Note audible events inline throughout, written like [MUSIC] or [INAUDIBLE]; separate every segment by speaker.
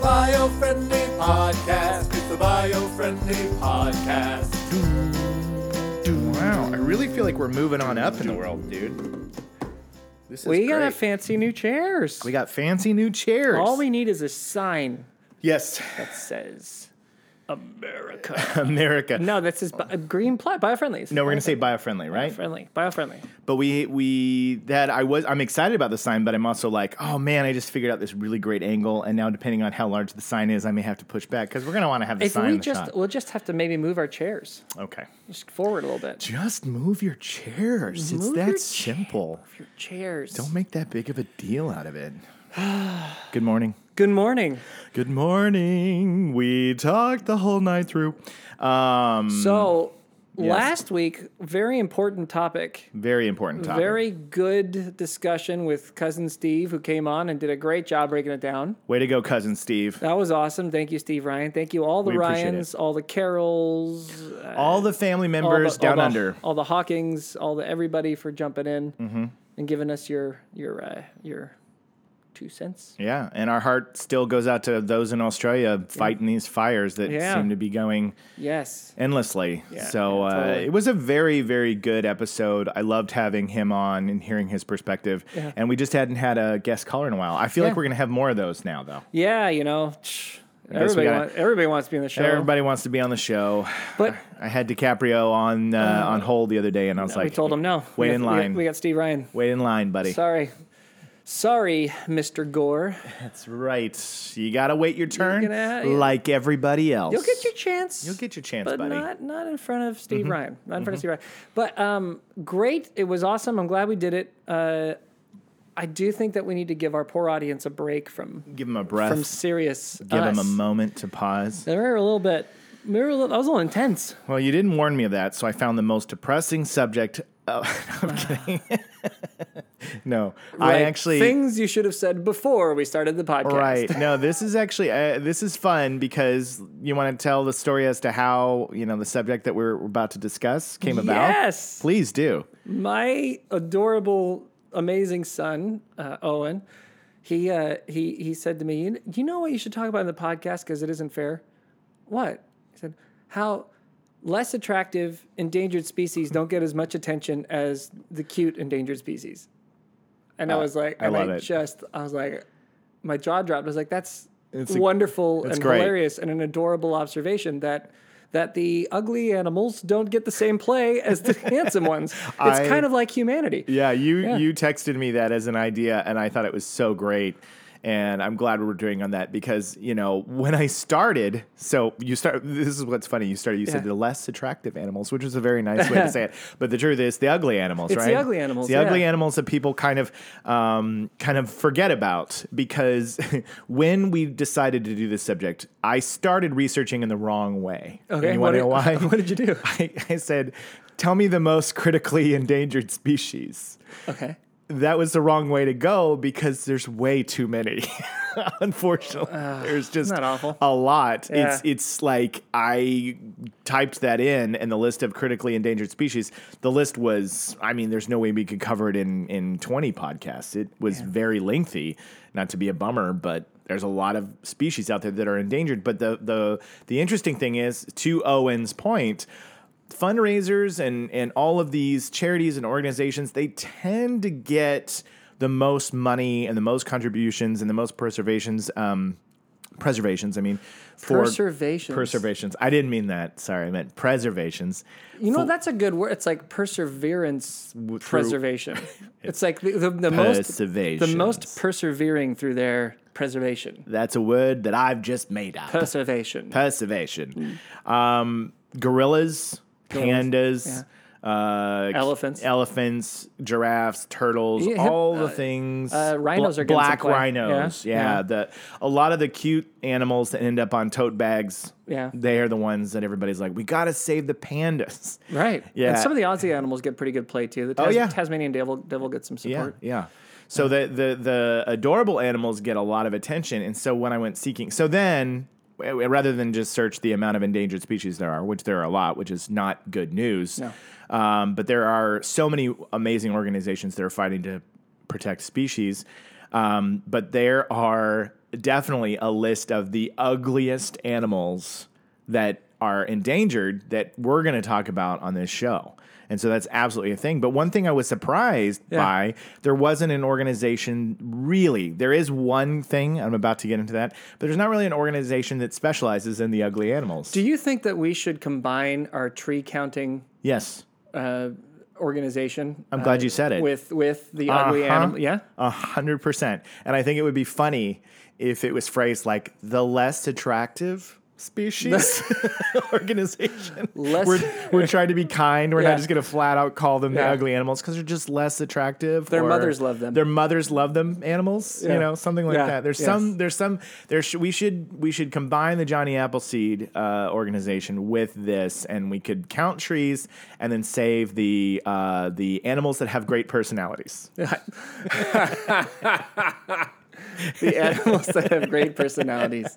Speaker 1: bio-friendly podcast. It's the bio-friendly podcast.
Speaker 2: Wow, I really feel like we're moving on up in the world, dude. This is
Speaker 3: We got
Speaker 2: great.
Speaker 3: a fancy new chairs.
Speaker 2: we got fancy new chairs.
Speaker 3: All we need is a sign
Speaker 2: yes,
Speaker 3: that says America.
Speaker 2: [LAUGHS] America. No,
Speaker 3: no, that says bi- green plant, biofriendly.
Speaker 2: we're gonna say bio-friendly, right?
Speaker 3: friendly, biofriendly.
Speaker 2: But we we that I was I'm excited about the sign, but I'm also like, oh man, I just figured out this really great angle, and now depending on how large the sign is, I may have to push back because we're gonna want to have the
Speaker 3: If
Speaker 2: sign. in
Speaker 3: we
Speaker 2: the
Speaker 3: just,
Speaker 2: shot.
Speaker 3: we'll just have to maybe move our chairs
Speaker 2: okay,
Speaker 3: just forward a little bit.
Speaker 2: just move your chairs. it's
Speaker 3: Move
Speaker 2: that
Speaker 3: your chair.
Speaker 2: simple.
Speaker 3: Your chairs.
Speaker 2: Don't make that big of a deal out of
Speaker 3: [SIGHS]
Speaker 2: it. Good morning.
Speaker 3: Good morning.
Speaker 2: Good morning. We talked the whole night through. Um,
Speaker 3: So last week, very important topic.
Speaker 2: very important topic.
Speaker 3: Very good discussion with cousin Steve, who came on and did a great job breaking it down.
Speaker 2: Way to go, cousin Steve.
Speaker 3: That was awesome. Thank you, Steve Ryan. Thank you, all the
Speaker 2: We appreciate it.
Speaker 3: Ryans, all the Carols, uh,
Speaker 2: all the family members down
Speaker 3: all
Speaker 2: under. Mm-hmm.
Speaker 3: all the Hawkings, all the everybody for jumping in and giving us your your uh, your two cents.
Speaker 2: Yeah, and our heart still goes out to those in Australia fighting these fires that
Speaker 3: Yeah.
Speaker 2: seem to be going
Speaker 3: Yes,
Speaker 2: endlessly. so
Speaker 3: yeah,
Speaker 2: uh,
Speaker 3: totally.
Speaker 2: it was a very, very good episode. I loved having him on and hearing his perspective. And we just hadn't had a guest caller in a while. I feel like
Speaker 3: Yeah.
Speaker 2: we're going to have more of those now, though.
Speaker 3: yeah, you know, tch, everybody
Speaker 2: gotta-
Speaker 3: wants, everybody wants to be in the show,
Speaker 2: Everybody wants to be on the show.
Speaker 3: but
Speaker 2: I had DiCaprio on uh, on hold the other day, and I was [LAUGHS] like,
Speaker 3: we told him no.
Speaker 2: Wait
Speaker 3: we got,
Speaker 2: in
Speaker 3: we got-
Speaker 2: line.
Speaker 3: We got, Steve Ryan.
Speaker 2: Wait in line, buddy.
Speaker 3: Sorry, sorry, Mister Gore.
Speaker 2: That's right. You gotta wait your turn,
Speaker 3: gonna-
Speaker 2: like everybody else.
Speaker 3: You'll get your chance.
Speaker 2: You'll get your chance,
Speaker 3: but
Speaker 2: buddy. Mm-hmm.
Speaker 3: not not in front of Steve Ryan. Not in front of Steve Ryan. But um, great. It was awesome. I'm glad we did it. Uh, I do think that we need to give our poor audience a break from
Speaker 2: Give him a breath.
Speaker 3: from serious.
Speaker 2: Give him a
Speaker 3: us.
Speaker 2: moment to pause.
Speaker 3: They were a little bit. We were a little, that was a little intense.
Speaker 2: Well, you didn't warn me of that, so I found the most depressing subject. Oh, [LAUGHS] I'm kidding. [LAUGHS] no, I
Speaker 3: Like,
Speaker 2: actually.
Speaker 3: things you should have said before we started the podcast.
Speaker 2: Right. No, this is actually uh, this is fun because you want to tell the story as to how you know the subject that we're about to discuss came about.
Speaker 3: Yes.
Speaker 2: Please do.
Speaker 3: my adorable, amazing son, uh, Owen, he uh, he he said to me, "You kn- "You know what you should talk about in the podcast because it isn't fair." What? He said, "How less attractive endangered species don't get as much attention as the cute endangered species." And I was like,
Speaker 2: I
Speaker 3: and
Speaker 2: love
Speaker 3: I
Speaker 2: it.
Speaker 3: just, I was like, my jaw dropped. I was like, that's
Speaker 2: It's a-
Speaker 3: wonderful
Speaker 2: it's
Speaker 3: and
Speaker 2: great.
Speaker 3: hilarious and an adorable observation that that the ugly animals don't get the same play as
Speaker 2: [LAUGHS]
Speaker 3: the handsome ones. It's
Speaker 2: I-
Speaker 3: kind of like humanity.
Speaker 2: Yeah, you you texted me that as an idea, and I thought it was so great. And I'm glad we're doing on that because you know when I started, so you start. This is what's funny. You started. You said
Speaker 3: Yeah.
Speaker 2: the less attractive animals, which is a very nice
Speaker 3: [LAUGHS]
Speaker 2: way to say it. But the truth is, the ugly animals,
Speaker 3: It's
Speaker 2: right?
Speaker 3: the ugly animals,
Speaker 2: the ugly
Speaker 3: yeah.
Speaker 2: animals that people kind of um, kind of forget about because [LAUGHS] when we decided to do this subject, I started researching in the wrong way. And
Speaker 3: Okay,
Speaker 2: you
Speaker 3: what
Speaker 2: want to
Speaker 3: did-
Speaker 2: know why?
Speaker 3: [LAUGHS] what did you
Speaker 2: [LAUGHS]
Speaker 3: do?
Speaker 2: I, I said, "Tell me the most critically endangered species."
Speaker 3: Okay.
Speaker 2: that was the wrong way to go because there's way too many. [LAUGHS] Unfortunately, there's just
Speaker 3: isn't that awful?
Speaker 2: a lot. It's
Speaker 3: Yeah.
Speaker 2: it's like I typed that in, and the list of critically endangered species. The list was, I mean, there's no way we could cover it in in 20 podcasts. It was very lengthy. Not to be a bummer, but there's a lot of species out there that are endangered. But the the the interesting thing is, to Owen's point, fundraisers and and all of these charities and organizations they tend to get the most money and the most contributions and the most preservations um preservations i mean for
Speaker 3: Preservations.
Speaker 2: preservations i didn't mean that sorry i meant preservations
Speaker 3: You know, that's a good word. It's like perseverance
Speaker 2: [LAUGHS]
Speaker 3: preservation. [LAUGHS] it's like the, the, the most the most
Speaker 2: Perservations.
Speaker 3: persevering through their preservation.
Speaker 2: that's a word that i've just made up
Speaker 3: Preservation.
Speaker 2: preservation
Speaker 3: Hmm.
Speaker 2: um gorillas pandas uh
Speaker 3: Elephants.
Speaker 2: elephants giraffes turtles
Speaker 3: Yeah, hip-
Speaker 2: all the things
Speaker 3: uh, rhinos are getting some
Speaker 2: black
Speaker 3: play.
Speaker 2: rhinos
Speaker 3: Yeah,
Speaker 2: yeah,
Speaker 3: yeah.
Speaker 2: the a lot of the cute animals that end up on tote bags
Speaker 3: Yeah.
Speaker 2: they are the ones that everybody's like we gotta save the pandas
Speaker 3: Right.
Speaker 2: Yeah. Oh,
Speaker 3: And some of the Aussie animals get pretty good play too. The Tas-
Speaker 2: yeah.
Speaker 3: Tasmanian devil devil gets some
Speaker 2: Yeah,
Speaker 3: support.
Speaker 2: yeah. So the, the the adorable animals get a lot of attention, and so when I went seeking, so then w- rather than just search the amount of endangered species there are, which there are a lot, which is not good news,
Speaker 3: No.
Speaker 2: um, but there are so many amazing organizations that are fighting to protect species, um, but there are definitely a list of the ugliest animals that are endangered that we're going to talk about on this show. And so that's absolutely a thing. But one thing I was surprised by, there wasn't an organization really. There is one thing, I'm about to get into that, but there's not really an organization that specializes in the ugly animals.
Speaker 3: Do you think that we should combine our tree counting
Speaker 2: yes.
Speaker 3: uh, organization? uh,
Speaker 2: I'm glad you said it.
Speaker 3: With with the ugly
Speaker 2: Uh-huh.
Speaker 3: animal, yeah. [LAUGHS]
Speaker 2: A hundred percent. And I think it would be funny if it was phrased like the less attractive
Speaker 3: [LAUGHS]
Speaker 2: species [LAUGHS] organization.
Speaker 3: Less-
Speaker 2: we're, we're trying to be kind. We're
Speaker 3: Yeah.
Speaker 2: not just going to flat out call them
Speaker 3: Yeah.
Speaker 2: the ugly animals because they're just less attractive.
Speaker 3: Their
Speaker 2: or
Speaker 3: mothers love them.
Speaker 2: Their mothers love them animals.
Speaker 3: Yeah.
Speaker 2: You know, something like
Speaker 3: Yeah.
Speaker 2: that. There's
Speaker 3: Yes.
Speaker 2: some. There's some. There sh- we should we should combine the Johnny Appleseed uh, organization with this, and we could count trees and then save the uh, the animals that have great
Speaker 3: [LAUGHS]
Speaker 2: personalities.
Speaker 3: The animals that
Speaker 2: [LAUGHS]
Speaker 3: have great personalities.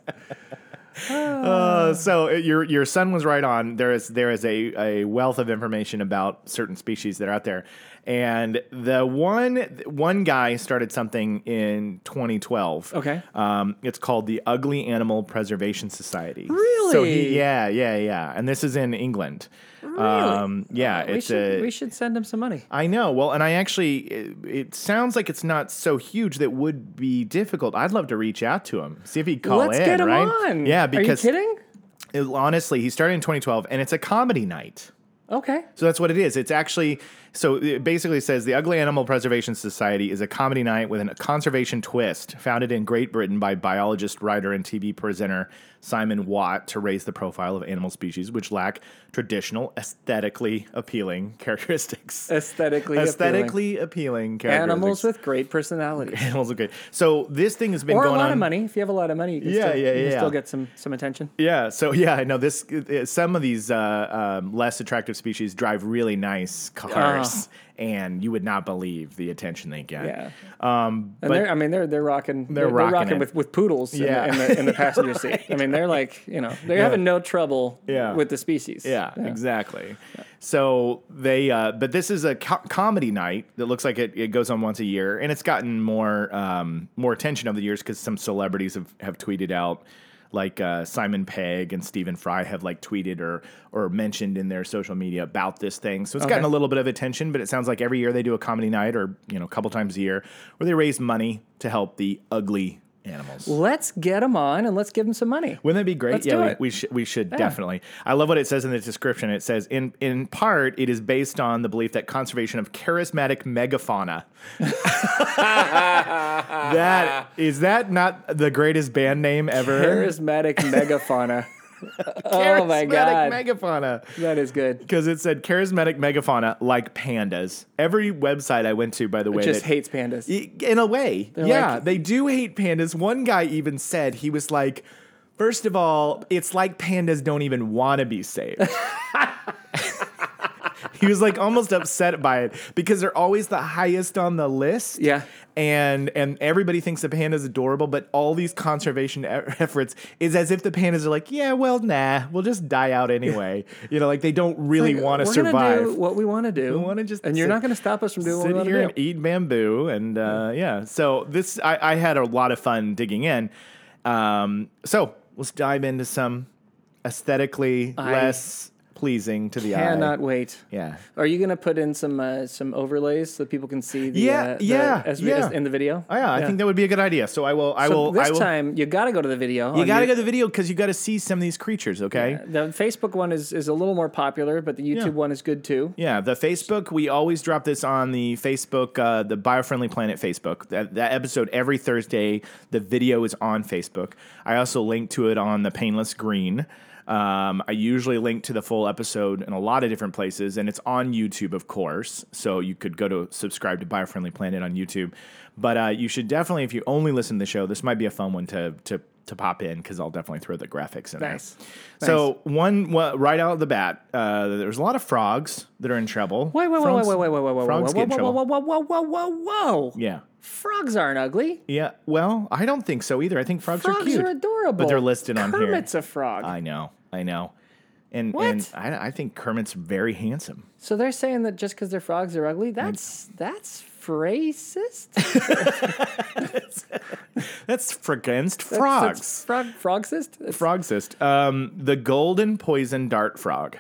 Speaker 2: Uh, so uh, your your son was right on. There is there is a, a wealth of information about certain species that are out there, and the one one guy started something in 2012.
Speaker 3: Okay.
Speaker 2: um, it's called the Ugly Animal Preservation Society. So
Speaker 3: Really?
Speaker 2: he, yeah, yeah, yeah, and this is in England. Um, yeah,
Speaker 3: we
Speaker 2: it's
Speaker 3: should
Speaker 2: a,
Speaker 3: we should send them some money.
Speaker 2: I know. Well, and I actually, it, it sounds like it's not so huge that would be difficult. I'd love to reach out to him, see if he'd call
Speaker 3: Let's
Speaker 2: in.
Speaker 3: get them
Speaker 2: right?
Speaker 3: on.
Speaker 2: Yeah, because
Speaker 3: are you kidding?
Speaker 2: it- honestly, he started in 2012, and it's a comedy night.
Speaker 3: Okay.
Speaker 2: So that's what it is. It's actually so it basically says the Ugly Animal Preservation Society is a comedy night with a conservation twist, founded in Great Britain by biologist, writer, and TV presenter Simon Watt to raise the profile of animal species which lack traditional aesthetically appealing [LAUGHS] characteristics.
Speaker 3: Aesthetically, appealing.
Speaker 2: aesthetically appealing, characteristics.
Speaker 3: animals with
Speaker 2: [LAUGHS]
Speaker 3: great personalities.
Speaker 2: animals with great. So this thing has been
Speaker 3: Or a
Speaker 2: going
Speaker 3: lot
Speaker 2: on
Speaker 3: of money. If you have a lot of money, you can,
Speaker 2: Yeah,
Speaker 3: still,
Speaker 2: yeah,
Speaker 3: you can
Speaker 2: yeah.
Speaker 3: still get some some attention.
Speaker 2: Yeah. So yeah, I know this. uh, Some of these uh, um, less attractive species drive really nice cars, and you would not believe the attention they get.
Speaker 3: Yeah.
Speaker 2: Um, but
Speaker 3: And they're, I mean, they're they're rocking. They're,
Speaker 2: rocking it.
Speaker 3: with, with poodles
Speaker 2: Yeah.
Speaker 3: in, the,
Speaker 2: [LAUGHS]
Speaker 3: in, the, in the passenger seat. I mean, they're like, you know, they're having no trouble
Speaker 2: Yeah.
Speaker 3: with the species.
Speaker 2: yeah, exactly. So they, uh, but this is a co- comedy night that looks like it, it goes on once a year, and it's gotten more um, more attention over the years because some celebrities have, have tweeted out. Like uh, Simon Pegg and Stephen Fry have like tweeted or or mentioned in their social media about this thing, so it's gotten a little bit of attention. But it sounds like every year they do a comedy night or you know a couple times a year where they raise money to help the ugly animals.
Speaker 3: Let's get them on and let's give them some money.
Speaker 2: Wouldn't that be great?
Speaker 3: Let's
Speaker 2: yeah,
Speaker 3: do
Speaker 2: we,
Speaker 3: it.
Speaker 2: we should. We should definitely. I love what it says in the description. It says, in in part, it is based on the belief that conservation of charismatic megafauna. [LAUGHS] that is that not the greatest band name ever? [LAUGHS]
Speaker 3: Charismatic megafauna. oh my god,
Speaker 2: Charismatic megafauna.
Speaker 3: that is good.
Speaker 2: Because it said charismatic megafauna like pandas. Every website I went to, by the way,
Speaker 3: Just
Speaker 2: that-
Speaker 3: hates pandas.
Speaker 2: Y- In a way. yeah,
Speaker 3: like-
Speaker 2: they do hate pandas. One guy even said, he was like, first of all, it's like pandas don't even want to be
Speaker 3: [LAUGHS]
Speaker 2: saved. [LAUGHS] he was like almost upset by it because they're always the highest on the list.
Speaker 3: Yeah.
Speaker 2: And and everybody thinks the panda's adorable, but all these conservation e- [LAUGHS] efforts is as if the pandas are like, yeah, well, nah, we'll just die out anyway.
Speaker 3: [LAUGHS]
Speaker 2: you know, like they don't really
Speaker 3: Like,
Speaker 2: want to
Speaker 3: we're gonna
Speaker 2: survive
Speaker 3: do what we want to do. We
Speaker 2: wanna just
Speaker 3: and you're
Speaker 2: sit-
Speaker 3: not going to stop us from doing what we
Speaker 2: sit
Speaker 3: want
Speaker 2: here
Speaker 3: to
Speaker 2: and
Speaker 3: do.
Speaker 2: eat bamboo and uh, yeah so this I, I had a lot of fun digging in um, so let's dive into some aesthetically
Speaker 3: I
Speaker 2: less pleasing to the
Speaker 3: Cannot
Speaker 2: eye
Speaker 3: wait.
Speaker 2: yeah
Speaker 3: Are you going to put in some uh, some overlays so people can see the
Speaker 2: Yeah,
Speaker 3: uh, the-
Speaker 2: yeah,
Speaker 3: as,
Speaker 2: yeah.
Speaker 3: as in the video?
Speaker 2: oh, yeah, I think that would be a good idea. So I will. I
Speaker 3: So
Speaker 2: will.
Speaker 3: this
Speaker 2: I will.
Speaker 3: time you got to go to the video.
Speaker 2: you
Speaker 3: on
Speaker 2: got to
Speaker 3: your-
Speaker 2: go to the video because you got to see some of these creatures. Okay. Yeah.
Speaker 3: The Facebook one is, is a little more popular, but the YouTube
Speaker 2: Yeah.
Speaker 3: one is good too.
Speaker 2: the Facebook. We always drop this on the Facebook, uh, the Biofriendly Planet Facebook. That, that episode every Thursday. The video is on Facebook. I also link to it on the Painless Green. Um, I usually link to the full episode in a lot of different places, and it's on YouTube, of course. So you could go to subscribe to Biofriendly Planet on YouTube. But uh, you should definitely, if you only listen to the show, this might be a fun one to to to pop in because I'll definitely throw the graphics in
Speaker 3: Nice.
Speaker 2: there. So one wa- right out of the bat, uh, there's a lot of frogs that are in trouble.
Speaker 3: Wait, wait, wait, wait,
Speaker 2: Frogs-
Speaker 3: wait, wait, wait, wait, wait,
Speaker 2: frogs
Speaker 3: wait,
Speaker 2: get in
Speaker 3: whoa,
Speaker 2: trouble.
Speaker 3: whoa, whoa, whoa, whoa, whoa, whoa, whoa.
Speaker 2: Yeah,
Speaker 3: Frogs aren't ugly.
Speaker 2: yeah. Well, I don't think so either. I think frogs,
Speaker 3: Frogs
Speaker 2: are cute.
Speaker 3: are adorable.
Speaker 2: But they're listed on here.
Speaker 3: Kermit's a frog.
Speaker 2: I know, I know. And
Speaker 3: What?
Speaker 2: and I, I think Kermit's very handsome.
Speaker 3: so they're saying that just because they're frogs, they're ugly. That's that's racist?
Speaker 2: That's for against [LAUGHS] frogs.
Speaker 3: Frog, frogsist? It's-
Speaker 2: Frogsist. Um, the golden poison dart frog.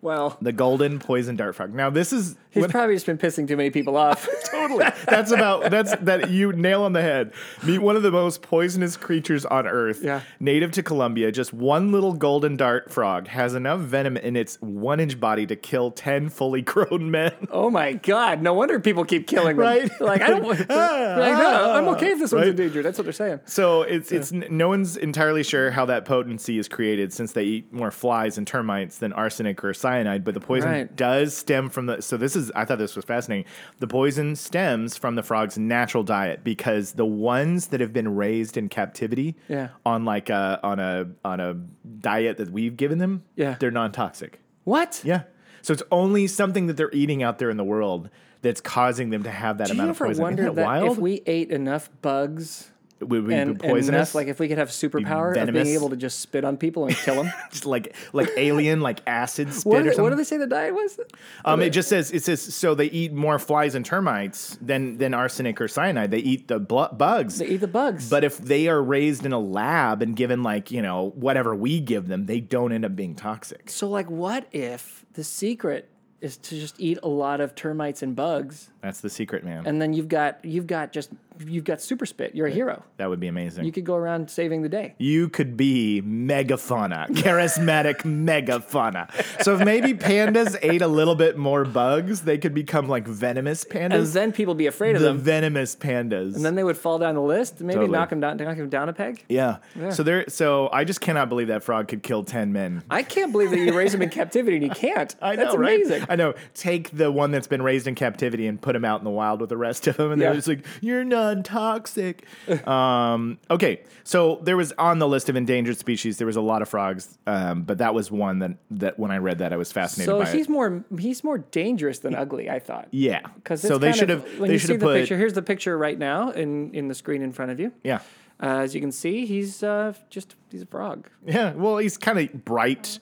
Speaker 3: well,
Speaker 2: The golden poison dart frog. Now this is
Speaker 3: he's
Speaker 2: what-
Speaker 3: probably just been pissing too
Speaker 2: [LAUGHS]
Speaker 3: many people off.
Speaker 2: totally. That's about that's that you nail on the head. Meet one of the most poisonous creatures on earth.
Speaker 3: Yeah.
Speaker 2: Native to Colombia, just one little golden dart frog has enough venom in its one inch body to kill ten fully [LAUGHS] grown men.
Speaker 3: [LAUGHS] oh my god! No wonder people keep killing them.
Speaker 2: Right? Ah,
Speaker 3: Like I
Speaker 2: [LAUGHS]
Speaker 3: don't. like, no, I'm okay if this one's
Speaker 2: Right?
Speaker 3: endangered. That's what they're saying.
Speaker 2: So it's it's n- no one's entirely sure how that potency is created since they eat more flies and termites than arsenic or cyanide, but the poison
Speaker 3: Right.
Speaker 2: does stem from the so this is I thought this was fascinating. The poison stems from the frog's natural diet because the ones that have been raised in captivity
Speaker 3: Yeah.
Speaker 2: on like a on a on a diet that we've given them,
Speaker 3: Yeah.
Speaker 2: they're non toxic.
Speaker 3: What?
Speaker 2: Yeah. So it's only something that they're eating out there in the world that's causing them to have that
Speaker 3: Do you
Speaker 2: amount of
Speaker 3: ever
Speaker 2: poison.
Speaker 3: wonder
Speaker 2: Isn't
Speaker 3: that
Speaker 2: that wild?
Speaker 3: if we ate enough bugs
Speaker 2: Would we
Speaker 3: and,
Speaker 2: be
Speaker 3: and
Speaker 2: poisonous?
Speaker 3: enough, like if we could have superpower of
Speaker 2: venomous?
Speaker 3: being able to just spit on people and
Speaker 2: [LAUGHS]
Speaker 3: kill them?
Speaker 2: just like like alien like acid spit
Speaker 3: what,
Speaker 2: or
Speaker 3: do they,
Speaker 2: something.
Speaker 3: what do they say the diet was?
Speaker 2: um, it just says it says so they eat more flies and termites than than arsenic or cyanide. They eat the bl- bugs.
Speaker 3: They eat the bugs.
Speaker 2: but if they are raised in a lab and given like you know whatever we give them, they don't end up being toxic.
Speaker 3: so like, what if the secret is to just eat a lot of termites and bugs,
Speaker 2: That's the secret, man.
Speaker 3: and then you've got you've got just you've got super spit. You're a hero.
Speaker 2: that would be amazing.
Speaker 3: You could go around saving the day.
Speaker 2: you could be
Speaker 3: [LAUGHS]
Speaker 2: megafauna, charismatic megafauna. So if maybe pandas [LAUGHS] ate a little bit more bugs, they could become like venomous
Speaker 3: And
Speaker 2: pandas.
Speaker 3: then people be afraid of
Speaker 2: the
Speaker 3: them.
Speaker 2: venomous pandas.
Speaker 3: And then they would fall down the list, maybe
Speaker 2: Totally.
Speaker 3: knock them down, knock them down a peg.
Speaker 2: Yeah. So there. So I just cannot believe that frog could kill ten men.
Speaker 3: I can't believe that you raise them in captivity and you can't.
Speaker 2: [LAUGHS] I know,
Speaker 3: That's
Speaker 2: right?
Speaker 3: amazing.
Speaker 2: I know. Take the one that's been raised in captivity and put him out in the wild with the rest of them, and
Speaker 3: Yeah.
Speaker 2: they're just like, "You're non-toxic." [LAUGHS] um, okay, so there was on the list of endangered species. There was a lot of frogs, um, but that was one that that when I read that, I was fascinated
Speaker 3: So
Speaker 2: by.
Speaker 3: he's
Speaker 2: it.
Speaker 3: more he's more dangerous than ugly. I thought.
Speaker 2: Yeah.
Speaker 3: Because
Speaker 2: so they should have.
Speaker 3: When
Speaker 2: They
Speaker 3: you
Speaker 2: should
Speaker 3: see
Speaker 2: have
Speaker 3: the
Speaker 2: put.
Speaker 3: picture, here's the picture right now in in the screen in front of you.
Speaker 2: Yeah.
Speaker 3: Uh, as you can see, he's uh, just he's a frog.
Speaker 2: Yeah. Well, he's kind of bright.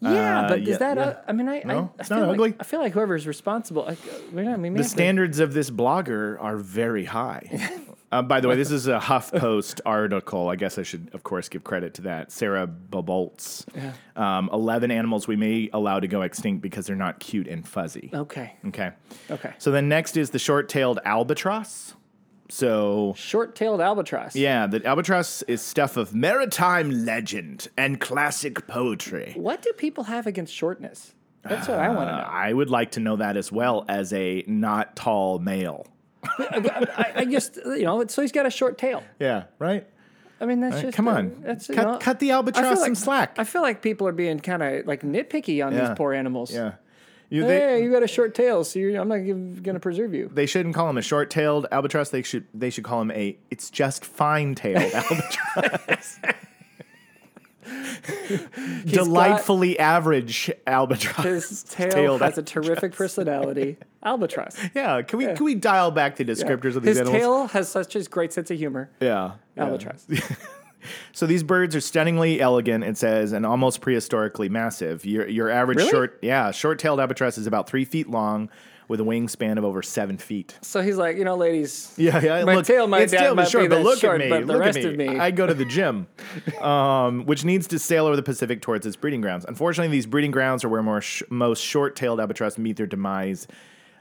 Speaker 3: Yeah,
Speaker 2: Uh,
Speaker 3: but is
Speaker 2: yeah,
Speaker 3: that?
Speaker 2: yeah.
Speaker 3: u- I mean, I
Speaker 2: No,
Speaker 3: I, I
Speaker 2: it's
Speaker 3: feel
Speaker 2: not
Speaker 3: like,
Speaker 2: ugly.
Speaker 3: I feel like whoever's responsible. I, we don't- we may
Speaker 2: The
Speaker 3: have to-
Speaker 2: standards of this blogger are very high. uh, by the way, this is a HuffPost [LAUGHS] article. I guess I should, of course, give credit to that. Sarah Boboltz. Um, 11 animals we may allow to go extinct because they're not cute and fuzzy.
Speaker 3: Okay.
Speaker 2: Okay.
Speaker 3: Okay.
Speaker 2: So then next is the short tailed albatross. So.
Speaker 3: Short-tailed albatross.
Speaker 2: Yeah, the albatross is stuff of maritime legend and classic poetry.
Speaker 3: What do people have against shortness? That's what I want to
Speaker 2: Uh,
Speaker 3: know.
Speaker 2: I would like to know that as well as a not tall male.
Speaker 3: I, I just uh, you know, so he's got a short tail.
Speaker 2: Yeah, right?
Speaker 3: I mean, that's just
Speaker 2: Come
Speaker 3: uh,
Speaker 2: on,
Speaker 3: That's you
Speaker 2: cut,
Speaker 3: know,
Speaker 2: cut the
Speaker 3: I feel
Speaker 2: albatross some
Speaker 3: like-
Speaker 2: slack.
Speaker 3: I feel like people are being kind of like nitpicky on
Speaker 2: Yeah.
Speaker 3: these poor animals.
Speaker 2: yeah, you, they
Speaker 3: Hey, you got a short tail, so you're, I'm not give, gonna preserve you.
Speaker 2: they shouldn't call him a short-tailed albatross. They should they should call him a it's just
Speaker 3: [LAUGHS]
Speaker 2: fine-tailed albatross. Delightfully average albatross. [LAUGHS]
Speaker 3: His tail
Speaker 2: Tailed
Speaker 3: has a terrific personality.
Speaker 2: [LAUGHS]
Speaker 3: Albatross.
Speaker 2: yeah, can we can we dial back the descriptors of these
Speaker 3: His
Speaker 2: animals?
Speaker 3: tail has such a great sense of humor.
Speaker 2: yeah, yeah.
Speaker 3: Albatross.
Speaker 2: So these birds are stunningly elegant, it says, and almost prehistorically massive. Your your average
Speaker 3: Really?
Speaker 2: short yeah, short tailed albatross is about three feet long with a wingspan of over seven feet.
Speaker 3: So he's like, you know, ladies.
Speaker 2: Yeah, yeah.
Speaker 3: My tail might
Speaker 2: its
Speaker 3: be-
Speaker 2: tail
Speaker 3: might
Speaker 2: is
Speaker 3: be
Speaker 2: short, but
Speaker 3: that
Speaker 2: look
Speaker 3: short,
Speaker 2: at me.
Speaker 3: but the
Speaker 2: look
Speaker 3: rest
Speaker 2: at me.
Speaker 3: of me-
Speaker 2: I go to the gym, [LAUGHS] um, which needs to sail over the Pacific towards its breeding grounds. Unfortunately, these breeding grounds are where more sh- most short-tailed albatross meet their demise.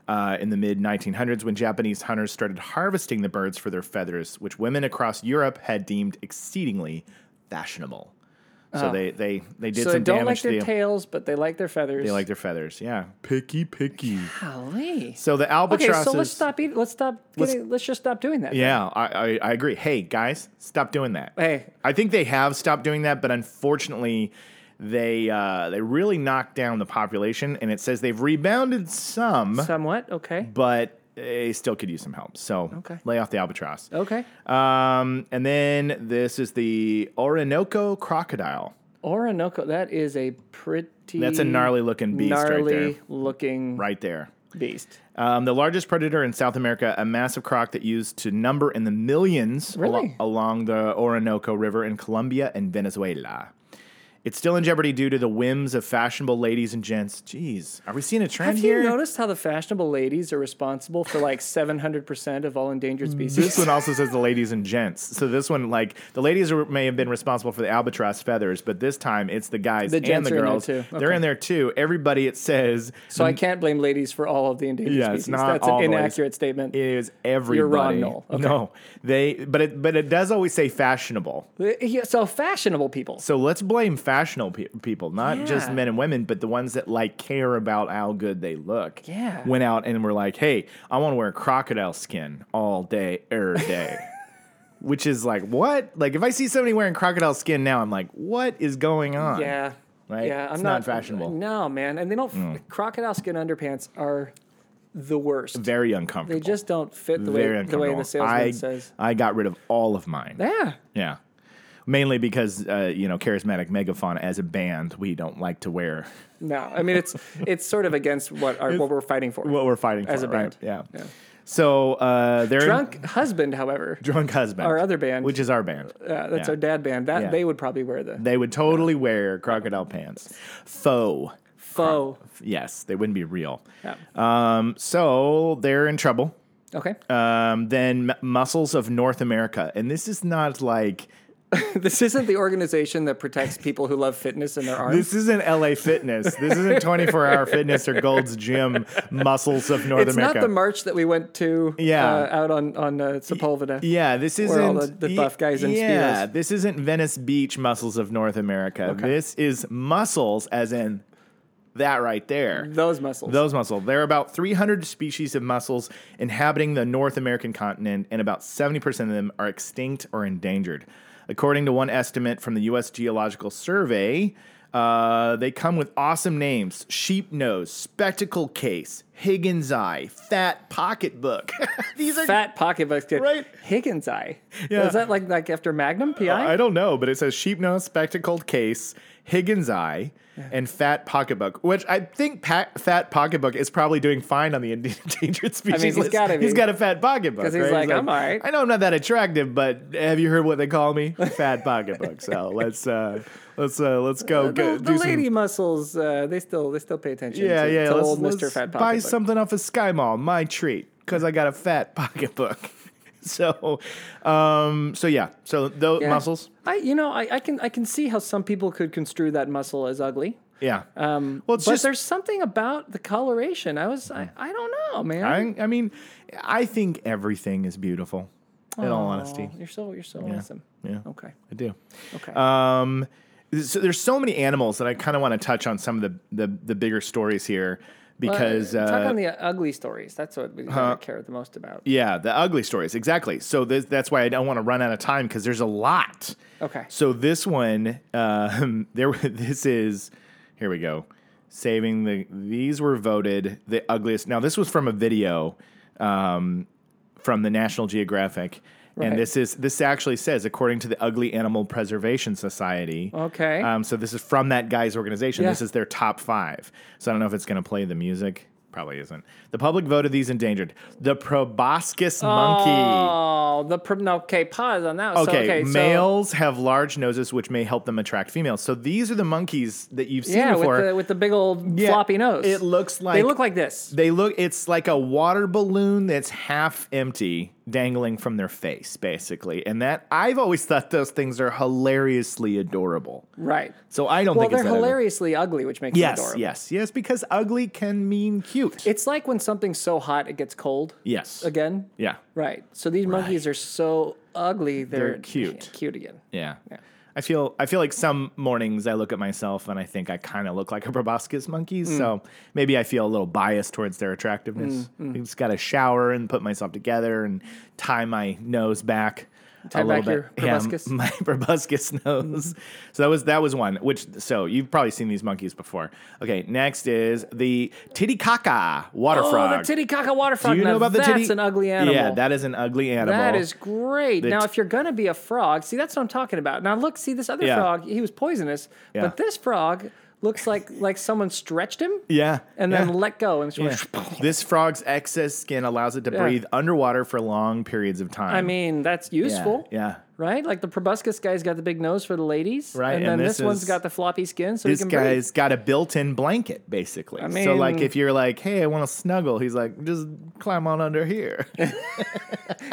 Speaker 2: Uh, in the mid 1900s, when Japanese hunters started harvesting the birds for their feathers, which women across Europe had deemed exceedingly fashionable, so they they they did
Speaker 3: Oh. So they
Speaker 2: some
Speaker 3: don't like
Speaker 2: damage
Speaker 3: their
Speaker 2: to the,
Speaker 3: tails, but they like their feathers.
Speaker 2: they like their feathers. Yeah, picky, picky.
Speaker 3: Golly.
Speaker 2: So the
Speaker 3: Okay,
Speaker 2: albatrosses.
Speaker 3: so let's stop eating. Let's stop.
Speaker 2: Let's-
Speaker 3: Getting, let's, just stop doing that.
Speaker 2: Yeah, I, I, I agree. Hey, guys, stop doing that.
Speaker 3: Hey.
Speaker 2: I think they have stopped doing that, but unfortunately, they uh, they really knocked down the population, and it says they've rebounded some,
Speaker 3: Somewhat. Okay.
Speaker 2: but they still could use some help. So
Speaker 3: Okay. Oh.
Speaker 2: lay off the albatross.
Speaker 3: Okay.
Speaker 2: Um, and then this is the Orinoco crocodile.
Speaker 3: Orinoco. That is a pretty.
Speaker 2: That's a gnarly looking beast right
Speaker 3: gnarly
Speaker 2: there.
Speaker 3: looking
Speaker 2: Right there.
Speaker 3: beast.
Speaker 2: Um, the largest predator in South America, a massive croc that used to number in the millions alo-
Speaker 3: Really?
Speaker 2: along the Orinoco River in Colombia and Venezuela. It's still in jeopardy due to the whims of fashionable ladies and gents. Jeez, are we seeing a trend
Speaker 3: Have
Speaker 2: here?
Speaker 3: you noticed how the fashionable ladies are responsible
Speaker 2: [LAUGHS]
Speaker 3: for like 700% of all endangered
Speaker 2: Mm. This
Speaker 3: species?
Speaker 2: one also says the ladies and gents. So this one, like the ladies are, may have been responsible for the albatross feathers, but this time it's the guys
Speaker 3: The
Speaker 2: and
Speaker 3: gents
Speaker 2: the
Speaker 3: are in there
Speaker 2: girls.
Speaker 3: too.
Speaker 2: They're
Speaker 3: Okay.
Speaker 2: in there too. Everybody, it says,
Speaker 3: [LAUGHS] so I can't blame ladies for all of the endangered
Speaker 2: Yeah, it's
Speaker 3: species.
Speaker 2: not
Speaker 3: That's
Speaker 2: all
Speaker 3: an
Speaker 2: the ladies.
Speaker 3: inaccurate statement.
Speaker 2: it is everybody.
Speaker 3: You're wrong, Noel. Okay.
Speaker 2: No, they, but it, but it does always say fashionable.
Speaker 3: Yeah, so fashionable people.
Speaker 2: So let's blame fashionable pe- people, not just
Speaker 3: Yeah.
Speaker 2: men and women, but the ones that like care about how good they look.
Speaker 3: Yeah.
Speaker 2: went out and were like, "Hey, I want to wear crocodile skin all day, er
Speaker 3: [LAUGHS]
Speaker 2: day." Which is like what? Like if I see somebody wearing crocodile skin now, I'm like, what is going on?
Speaker 3: Yeah.
Speaker 2: Right?
Speaker 3: Yeah, I'm
Speaker 2: It's Mm. not
Speaker 3: not
Speaker 2: fashionable.
Speaker 3: No, man, and they don't. Crocodile skin underpants are the worst.
Speaker 2: very
Speaker 3: They
Speaker 2: uncomfortable.
Speaker 3: just don't fit the
Speaker 2: very
Speaker 3: way the way
Speaker 2: uncomfortable.
Speaker 3: the salesman
Speaker 2: I,
Speaker 3: says.
Speaker 2: I got rid of all of mine.
Speaker 3: Yeah.
Speaker 2: yeah, mainly because uh, you know, charismatic megafauna as a band, we don't like to wear
Speaker 3: No, I
Speaker 2: [LAUGHS]
Speaker 3: mean it's it's sort of against what our, what we're fighting for.
Speaker 2: what we're fighting for
Speaker 3: As a
Speaker 2: right?
Speaker 3: band.
Speaker 2: Yeah.
Speaker 3: Yeah.
Speaker 2: So uh, they're
Speaker 3: Drunk husband, however,
Speaker 2: drunk husband,
Speaker 3: Our other band.
Speaker 2: which is our band.
Speaker 3: uh, that's
Speaker 2: yeah.
Speaker 3: our dad band. That
Speaker 2: Yeah.
Speaker 3: they would probably wear the
Speaker 2: They would totally wear crocodile pants. Faux.
Speaker 3: faux.
Speaker 2: Yes, they wouldn't be real.
Speaker 3: Yeah.
Speaker 2: Um, so they're in trouble.
Speaker 3: Okay, [LAUGHS]
Speaker 2: Um, then M- Muscles of North America. And this is not like,
Speaker 3: this isn't the organization that protects people who love fitness in their arms.
Speaker 2: this isn't LA Fitness. this isn't 24 Hour Fitness or Gold's Gym Muscles of North
Speaker 3: It's not
Speaker 2: America.
Speaker 3: the march that we went to.
Speaker 2: Yeah.
Speaker 3: uh, out on on uh, Sepulveda.
Speaker 2: yeah, this isn't
Speaker 3: Where all the- the
Speaker 2: y-
Speaker 3: buff guys in
Speaker 2: Yeah,
Speaker 3: Speedos.
Speaker 2: this isn't Venice Beach muscles of North America. This is muscles, as in that right there.
Speaker 3: Those muscles.
Speaker 2: Those mussels. There are about 300 species of mussels inhabiting the North American continent, and about 70% of them are extinct or endangered. According to one estimate from the U.S. Geological Survey, uh, they come with awesome names sheep nose, spectacle case, Higgins eye, fat pocketbook. [LAUGHS] These are.
Speaker 3: fat pocketbook kid.
Speaker 2: Right.
Speaker 3: Higgins eye.
Speaker 2: Yeah. Uh,
Speaker 3: Was that like like after Magnum PI?
Speaker 2: I don't know, but it says sheep nose, spectacled case, Higgins eye, and fat pocketbook, which I think pa- fat pocketbook is probably doing fine on the [LAUGHS] endangered species
Speaker 3: he's
Speaker 2: list.
Speaker 3: gotta be.
Speaker 2: He's got a fat pocketbook.
Speaker 3: 'Cause he's
Speaker 2: right?
Speaker 3: like, "I'm all right."
Speaker 2: I know I'm not that attractive, but have you heard what they call me? Fat pocketbook.
Speaker 3: [LAUGHS]
Speaker 2: So let's uh, let's uh, let's go. go
Speaker 3: the, the
Speaker 2: do some-
Speaker 3: lady muscles, uh, they still they still pay attention.
Speaker 2: yeah,
Speaker 3: to,
Speaker 2: yeah.
Speaker 3: to
Speaker 2: let's,
Speaker 3: old
Speaker 2: let's
Speaker 3: Mister Fat Pocketbook.
Speaker 2: buy something off of Sky Mall. My treat, because I got a fat [LAUGHS] pocketbook. So, um, so yeah. So those
Speaker 3: Yeah.
Speaker 2: muscles.
Speaker 3: I, you know, I, I can I can see how some people could construe that muscle as ugly.
Speaker 2: Yeah.
Speaker 3: Um,
Speaker 2: Well, it's
Speaker 3: but
Speaker 2: just-
Speaker 3: there's something about the coloration. I was, I, I don't know, man.
Speaker 2: I, I mean, I think everything is beautiful. In all honesty,
Speaker 3: you're so you're so awesome.
Speaker 2: yeah,
Speaker 3: Okay,
Speaker 2: I do.
Speaker 3: okay.
Speaker 2: Um, so there's so many animals that I kind of want to touch on some of the, the the bigger stories here because
Speaker 3: uh, talk
Speaker 2: uh,
Speaker 3: on the ugly stories. That's what we care the most about.
Speaker 2: yeah, the ugly stories exactly. So this, that's why I don't want to run out of time because there's a lot.
Speaker 3: Okay.
Speaker 2: So this one, um, [LAUGHS] there. This is here we go. Saving the these were voted the ugliest. Now this was from a video um, from the National Geographic,
Speaker 3: Right.
Speaker 2: and this is this actually says according to the Ugly Animal Preservation Society.
Speaker 3: Okay.
Speaker 2: Um, so this is from that guy's organization.
Speaker 3: Yeah.
Speaker 2: This is their top five. So I don't know if it's going to play the music. Probably isn't. The public voted these endangered. The proboscis monkey.
Speaker 3: Oh, the pr- no, okay. Pause on that. So,
Speaker 2: Okay,
Speaker 3: so-
Speaker 2: males have large noses, which may help them attract females. So these are the monkeys that you've seen
Speaker 3: yeah,
Speaker 2: before.
Speaker 3: with the with the big old
Speaker 2: Yeah,
Speaker 3: floppy nose.
Speaker 2: It looks like
Speaker 3: they look like this.
Speaker 2: they look. It's like a water balloon that's half empty, dangling from their face, basically. And that I've always thought those things are hilariously adorable.
Speaker 3: Right.
Speaker 2: So I don't
Speaker 3: Well,
Speaker 2: think it's
Speaker 3: they're
Speaker 2: that ugly.
Speaker 3: hilariously ugly, which makes
Speaker 2: Yes,
Speaker 3: them adorable.
Speaker 2: yes, yes. Because ugly can mean cute.
Speaker 3: It's like when something's so hot it gets cold
Speaker 2: yes.
Speaker 3: again.
Speaker 2: Yeah.
Speaker 3: Right. So these monkeys are so ugly they're,
Speaker 2: They're cute.
Speaker 3: [LAUGHS] Cute again.
Speaker 2: Yeah. I feel I feel like some mornings I look at myself and I think I kind of look like a proboscis monkey.
Speaker 3: Mm.
Speaker 2: So maybe I feel a little biased towards their attractiveness.
Speaker 3: Mm,
Speaker 2: I just got to shower and put myself together and tie my nose back.
Speaker 3: Tie
Speaker 2: a little
Speaker 3: back
Speaker 2: bit.
Speaker 3: your
Speaker 2: Yeah, m-
Speaker 3: proboscis? Mm.
Speaker 2: my [LAUGHS] proboscis nose. So that was that was one. Which so you've probably seen these monkeys before. Okay, next is the Titicaca water
Speaker 3: Oh,
Speaker 2: frog.
Speaker 3: the Titicaca water frog.
Speaker 2: Do you
Speaker 3: Now
Speaker 2: know about the
Speaker 3: that's
Speaker 2: titty?
Speaker 3: an ugly animal.
Speaker 2: Yeah, that is an ugly animal.
Speaker 3: That is great. now,
Speaker 2: t-
Speaker 3: if you're gonna be a frog, see that's what I'm talking about. Now, look, see this other
Speaker 2: Yeah.
Speaker 3: frog. He was poisonous,
Speaker 2: Yeah.
Speaker 3: but this frog looks like like someone stretched him
Speaker 2: [LAUGHS] Yeah.
Speaker 3: and
Speaker 2: yeah.
Speaker 3: then let go and just
Speaker 2: Yeah.
Speaker 3: went
Speaker 2: [LAUGHS] this frog's excess skin allows it to breathe underwater for long periods of time.
Speaker 3: [LAUGHS] I mean, that's
Speaker 2: yeah,
Speaker 3: useful.
Speaker 2: yeah.
Speaker 3: right? Like the proboscis guy's got the big nose for the ladies,
Speaker 2: Right,
Speaker 3: And,
Speaker 2: and
Speaker 3: then
Speaker 2: this
Speaker 3: this, one's
Speaker 2: is-
Speaker 3: got the floppy skin, so
Speaker 2: This
Speaker 3: he can breathe.
Speaker 2: guy's got a built-in blanket, basically.
Speaker 3: I
Speaker 2: so, like,
Speaker 3: mean-
Speaker 2: if you're like, "Hey, I want to snuggle," he's like, "Just climb on under here."
Speaker 3: [LAUGHS]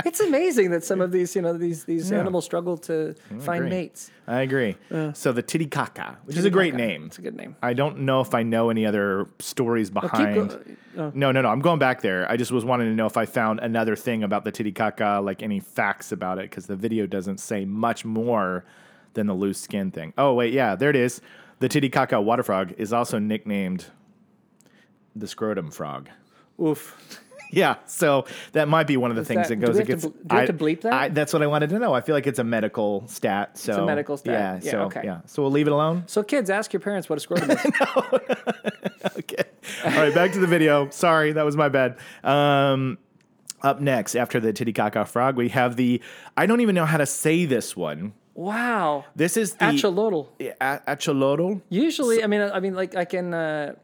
Speaker 3: It's amazing that some of these, you know, these these
Speaker 2: Yeah. Mm,
Speaker 3: animals struggle to find
Speaker 2: agree.
Speaker 3: mates.
Speaker 2: [LAUGHS] I agree. so the Titicaca, which is a great
Speaker 3: Titicaca.
Speaker 2: name.
Speaker 3: Uh, It's a good name.
Speaker 2: I don't know if I know any other stories behind.
Speaker 3: oh.
Speaker 2: No, no, no. I'm going back there. I just was wanting to know if I found another thing about the Titicaca, like any facts about it, because the video doesn't say much more than the loose skin thing. Oh, wait. Yeah, there it is. The Titicaca water frog is also nicknamed the scrotum frog. [LAUGHS]
Speaker 3: oh. Oof.
Speaker 2: Yeah, so that might be one of the things that
Speaker 3: that- do
Speaker 2: goes
Speaker 3: we have to
Speaker 2: against.
Speaker 3: ble- do we have to bleep that?
Speaker 2: I, that's what I wanted to know. I feel like it's a medical stat. So
Speaker 3: medical stat.
Speaker 2: Yeah.
Speaker 3: Yeah,
Speaker 2: so
Speaker 3: okay.
Speaker 2: yeah. So we'll leave it alone.
Speaker 3: So kids, ask your parents what a
Speaker 2: [LAUGHS]
Speaker 3: scrotum is.
Speaker 2: Okay. [LAUGHS] All right. Back to the video. Sorry, that was my bad. Um, up next, after the Titicaca frog, we have the. I don't even know how to say this one.
Speaker 3: wow.
Speaker 2: This is the
Speaker 3: Axolotl.
Speaker 2: A- Axolotl.
Speaker 3: Usually, I mean, I mean, like I can. Uh,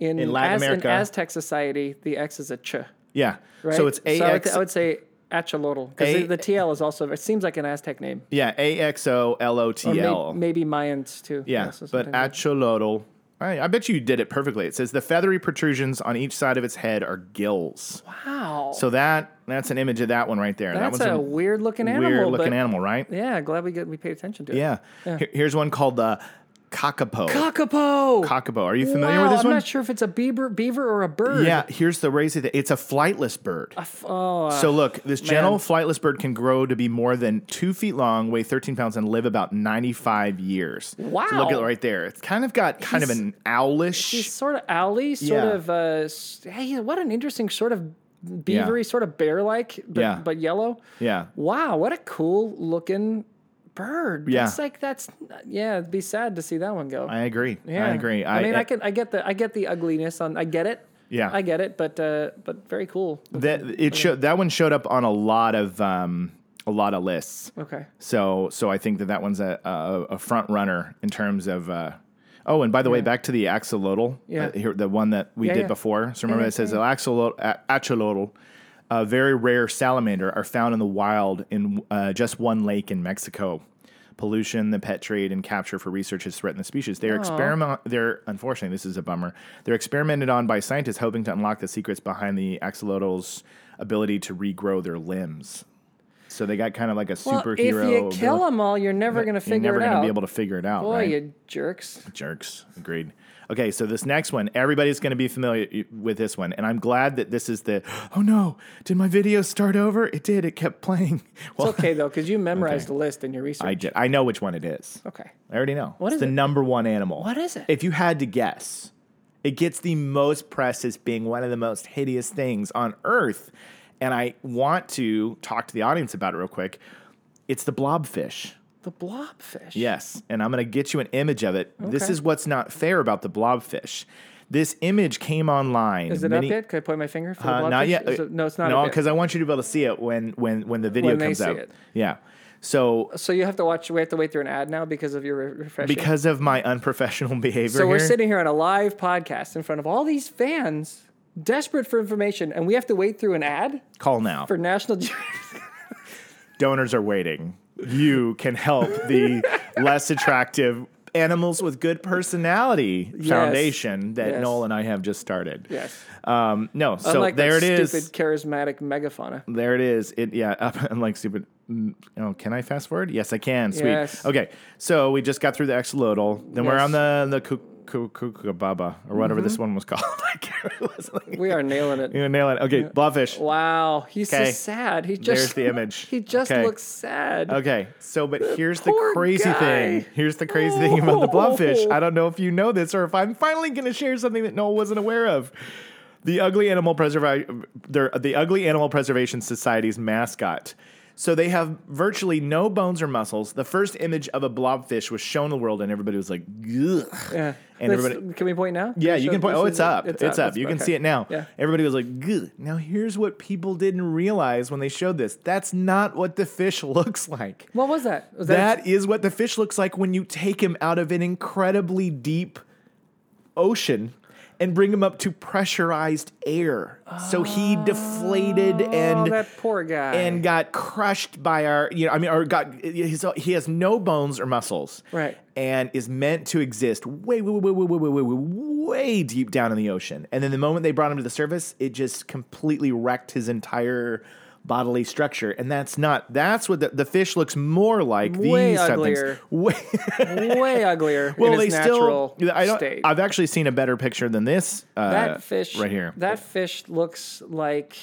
Speaker 3: in,
Speaker 2: In Latin
Speaker 3: Az-
Speaker 2: America.
Speaker 3: in Aztec society, the X is a ch, right?
Speaker 2: Yeah. So it's
Speaker 3: I would,
Speaker 2: AX.
Speaker 3: I would say Achalotl because
Speaker 2: A-
Speaker 3: the, the TL is also. It seems like an Aztec name.
Speaker 2: yeah. A X O L O
Speaker 3: Or
Speaker 2: T
Speaker 3: may-
Speaker 2: L.
Speaker 3: maybe Mayans too.
Speaker 2: Yeah,
Speaker 3: so
Speaker 2: but
Speaker 3: something like-
Speaker 2: Acholotl. I, I bet you did it perfectly. It says the feathery protrusions on each side of its head are gills.
Speaker 3: wow.
Speaker 2: So that that's an image of that one right there.
Speaker 3: that's
Speaker 2: that
Speaker 3: a
Speaker 2: one's
Speaker 3: weird looking
Speaker 2: a
Speaker 3: animal.
Speaker 2: weird looking
Speaker 3: but
Speaker 2: animal, right?
Speaker 3: Yeah, glad we get we paid attention to it.
Speaker 2: Yeah. Here- here's one called the kakapo.
Speaker 3: Kakapo.
Speaker 2: kakapo. Are you familiar with this
Speaker 3: I'm
Speaker 2: one?
Speaker 3: not sure if it's a beaver, beaver or a bird.
Speaker 2: Yeah. Here's the race. Of the, it's a flightless bird.
Speaker 3: F- Oh, uh,
Speaker 2: So look, this gentle flightless bird can grow to be more than two feet long, weigh 13 pounds, and live about 95 years.
Speaker 3: Wow.
Speaker 2: So look at it right there. It's kind of got kind of
Speaker 3: He's-
Speaker 2: an owlish.
Speaker 3: he's sort of owly, sort
Speaker 2: Yeah.
Speaker 3: of. Uh, s- hey, what an interesting sort of beavery, sort of bear-like, but,
Speaker 2: Yeah.
Speaker 3: but yellow.
Speaker 2: yeah.
Speaker 3: Wow, what a cool looking bird.
Speaker 2: Yeah.
Speaker 3: That's like that's yeah. It'd be sad to see that one go.
Speaker 2: I agree.
Speaker 3: yeah.
Speaker 2: I agree.
Speaker 3: I, mean, I can. I get the. I get the ugliness on. I get it.
Speaker 2: Yeah.
Speaker 3: I get it. But uh, but very cool.
Speaker 2: that it showed that one showed up on a lot of um a lot of lists.
Speaker 3: Okay.
Speaker 2: So so I think that that one's a a, a front runner in terms of. Uh, oh, and by the way, back to the axolotl.
Speaker 3: Yeah.
Speaker 2: uh, here the one that we
Speaker 3: Yeah,
Speaker 2: did
Speaker 3: yeah.
Speaker 2: before. So remember, it says the axolotl. a- axolotl a very rare salamander are found in the wild in uh, just one lake in Mexico. Pollution, the pet trade, and capture for research has threatened the species.
Speaker 3: Oh.
Speaker 2: They're experiment. They're unfortunately, this is a bummer. They're experimented on by scientists hoping to unlock the secrets behind the axolotl's ability to regrow their limbs. So they got kind of like a
Speaker 3: Well,
Speaker 2: superhero.
Speaker 3: if you
Speaker 2: ability.
Speaker 3: kill them all, you're never going
Speaker 2: You're
Speaker 3: to figure
Speaker 2: never
Speaker 3: it
Speaker 2: going to
Speaker 3: out.
Speaker 2: be able to figure it out,
Speaker 3: Boy,
Speaker 2: right?
Speaker 3: you jerks.
Speaker 2: Jerks. Agreed. Okay, so this next one, everybody's going to be familiar with this one, and I'm glad that this is the. Oh no! Did my video start over? It did. It kept playing. [LAUGHS] Well,
Speaker 3: It's okay though, because
Speaker 2: [LAUGHS]
Speaker 3: you memorized the list in your research.
Speaker 2: I did. I know which one it is.
Speaker 3: okay.
Speaker 2: I already know. it's
Speaker 3: is
Speaker 2: the
Speaker 3: it?
Speaker 2: number one animal.
Speaker 3: What is it?
Speaker 2: If you had to guess, it gets the most press as being one of the most hideous things on earth, and I want to talk to the audience about it real quick. It's the blobfish.
Speaker 3: The blobfish.
Speaker 2: Yes, and I'm going to get you an image of it. This
Speaker 3: Okay.
Speaker 2: is what's not fair about the blobfish. This image came online.
Speaker 3: Is it
Speaker 2: many-
Speaker 3: up yet? Can I point my finger for
Speaker 2: Uh,
Speaker 3: the blobfish?
Speaker 2: not yet.
Speaker 3: Is it- no, it's not.
Speaker 2: No,
Speaker 3: up yet.
Speaker 2: because I want you to be able to see it when when when the video
Speaker 3: When they
Speaker 2: comes
Speaker 3: see
Speaker 2: out.
Speaker 3: it.
Speaker 2: Yeah. So
Speaker 3: So you have to watch. We have to wait through an ad now because of your re- refreshing.
Speaker 2: because of my unprofessional [LAUGHS] behavior,
Speaker 3: so we're
Speaker 2: here-
Speaker 3: sitting here on a live podcast in front of all these fans, desperate for information, and we have to wait through an ad
Speaker 2: Call now.
Speaker 3: for National. Ge-
Speaker 2: Donors are waiting. You can help
Speaker 3: [LAUGHS]
Speaker 2: the less attractive animals with good personality foundation that
Speaker 3: Yes.
Speaker 2: Noel and I have just started.
Speaker 3: yes.
Speaker 2: Um, no. So
Speaker 3: [LAUGHS] Unlike
Speaker 2: there it
Speaker 3: that
Speaker 2: is.
Speaker 3: Stupid charismatic megafauna.
Speaker 2: There it is. It yeah. [LAUGHS] Up, I'm like stupid. Mm, Oh, can I fast forward? Yes, I can. Sweet.
Speaker 3: Yes.
Speaker 2: Okay. So we just got through the axolotl. Then we're
Speaker 3: Yes. Mm-hmm.
Speaker 2: on the the cu- cu- cu- cu- baba or whatever this one was [LAUGHS] called. I can't remember. what it was. [LAUGHS]
Speaker 3: We are nailing it.
Speaker 2: You know, nail it. Okay, blobfish.
Speaker 3: Wow, he's
Speaker 2: Okay.
Speaker 3: so sad. He
Speaker 2: There's
Speaker 3: just
Speaker 2: the image.
Speaker 3: [LAUGHS] He just
Speaker 2: Okay.
Speaker 3: looks sad.
Speaker 2: Okay. So, but here's the
Speaker 3: poor
Speaker 2: crazy
Speaker 3: guy.
Speaker 2: thing. Here's the crazy thing about the blobfish. I don't know if you know this or if I'm finally going to share something that Noel wasn't aware of. The ugly animal preservation, the ugly animal preservation society's mascot. So they have virtually no bones or muscles. The first image of a blobfish was shown the world, and everybody was like, "Ugh."
Speaker 3: [LAUGHS] Yeah.
Speaker 2: And
Speaker 3: Let's-
Speaker 2: everybody-
Speaker 3: can we point now? Can
Speaker 2: Yeah,
Speaker 3: we
Speaker 2: you
Speaker 3: show
Speaker 2: can point.
Speaker 3: this
Speaker 2: Oh,
Speaker 3: is-
Speaker 2: it's up. It's, up. You can
Speaker 3: okay.
Speaker 2: see it now.
Speaker 3: Yeah.
Speaker 2: Everybody was like, good. Now, here's what people didn't realize when they showed this. That's not what the fish [LAUGHS] looks like.
Speaker 3: What was that? Was
Speaker 2: That is what the fish looks like when you take him out of an incredibly deep ocean and bring him up to pressurized air. So he deflated
Speaker 3: oh,
Speaker 2: and
Speaker 3: that poor guy.
Speaker 2: and got crushed by our, you know, I mean, or got he's, he has no bones or muscles,
Speaker 3: Right.
Speaker 2: And is meant to exist way, way, way, way, way, way, way, way, way deep down in the ocean. And then the moment they brought him to the surface, it just completely wrecked his entire bodily structure. And that's not that's what the, the fish looks more like
Speaker 3: Way
Speaker 2: these type things.
Speaker 3: uglier.
Speaker 2: Way,
Speaker 3: [LAUGHS]
Speaker 2: [LAUGHS]
Speaker 3: way uglier.
Speaker 2: well,
Speaker 3: [LAUGHS] in
Speaker 2: they
Speaker 3: its natural
Speaker 2: still. I don't.
Speaker 3: state.
Speaker 2: I've actually seen a better picture than this. Uh,
Speaker 3: that fish
Speaker 2: right here.
Speaker 3: That fish looks like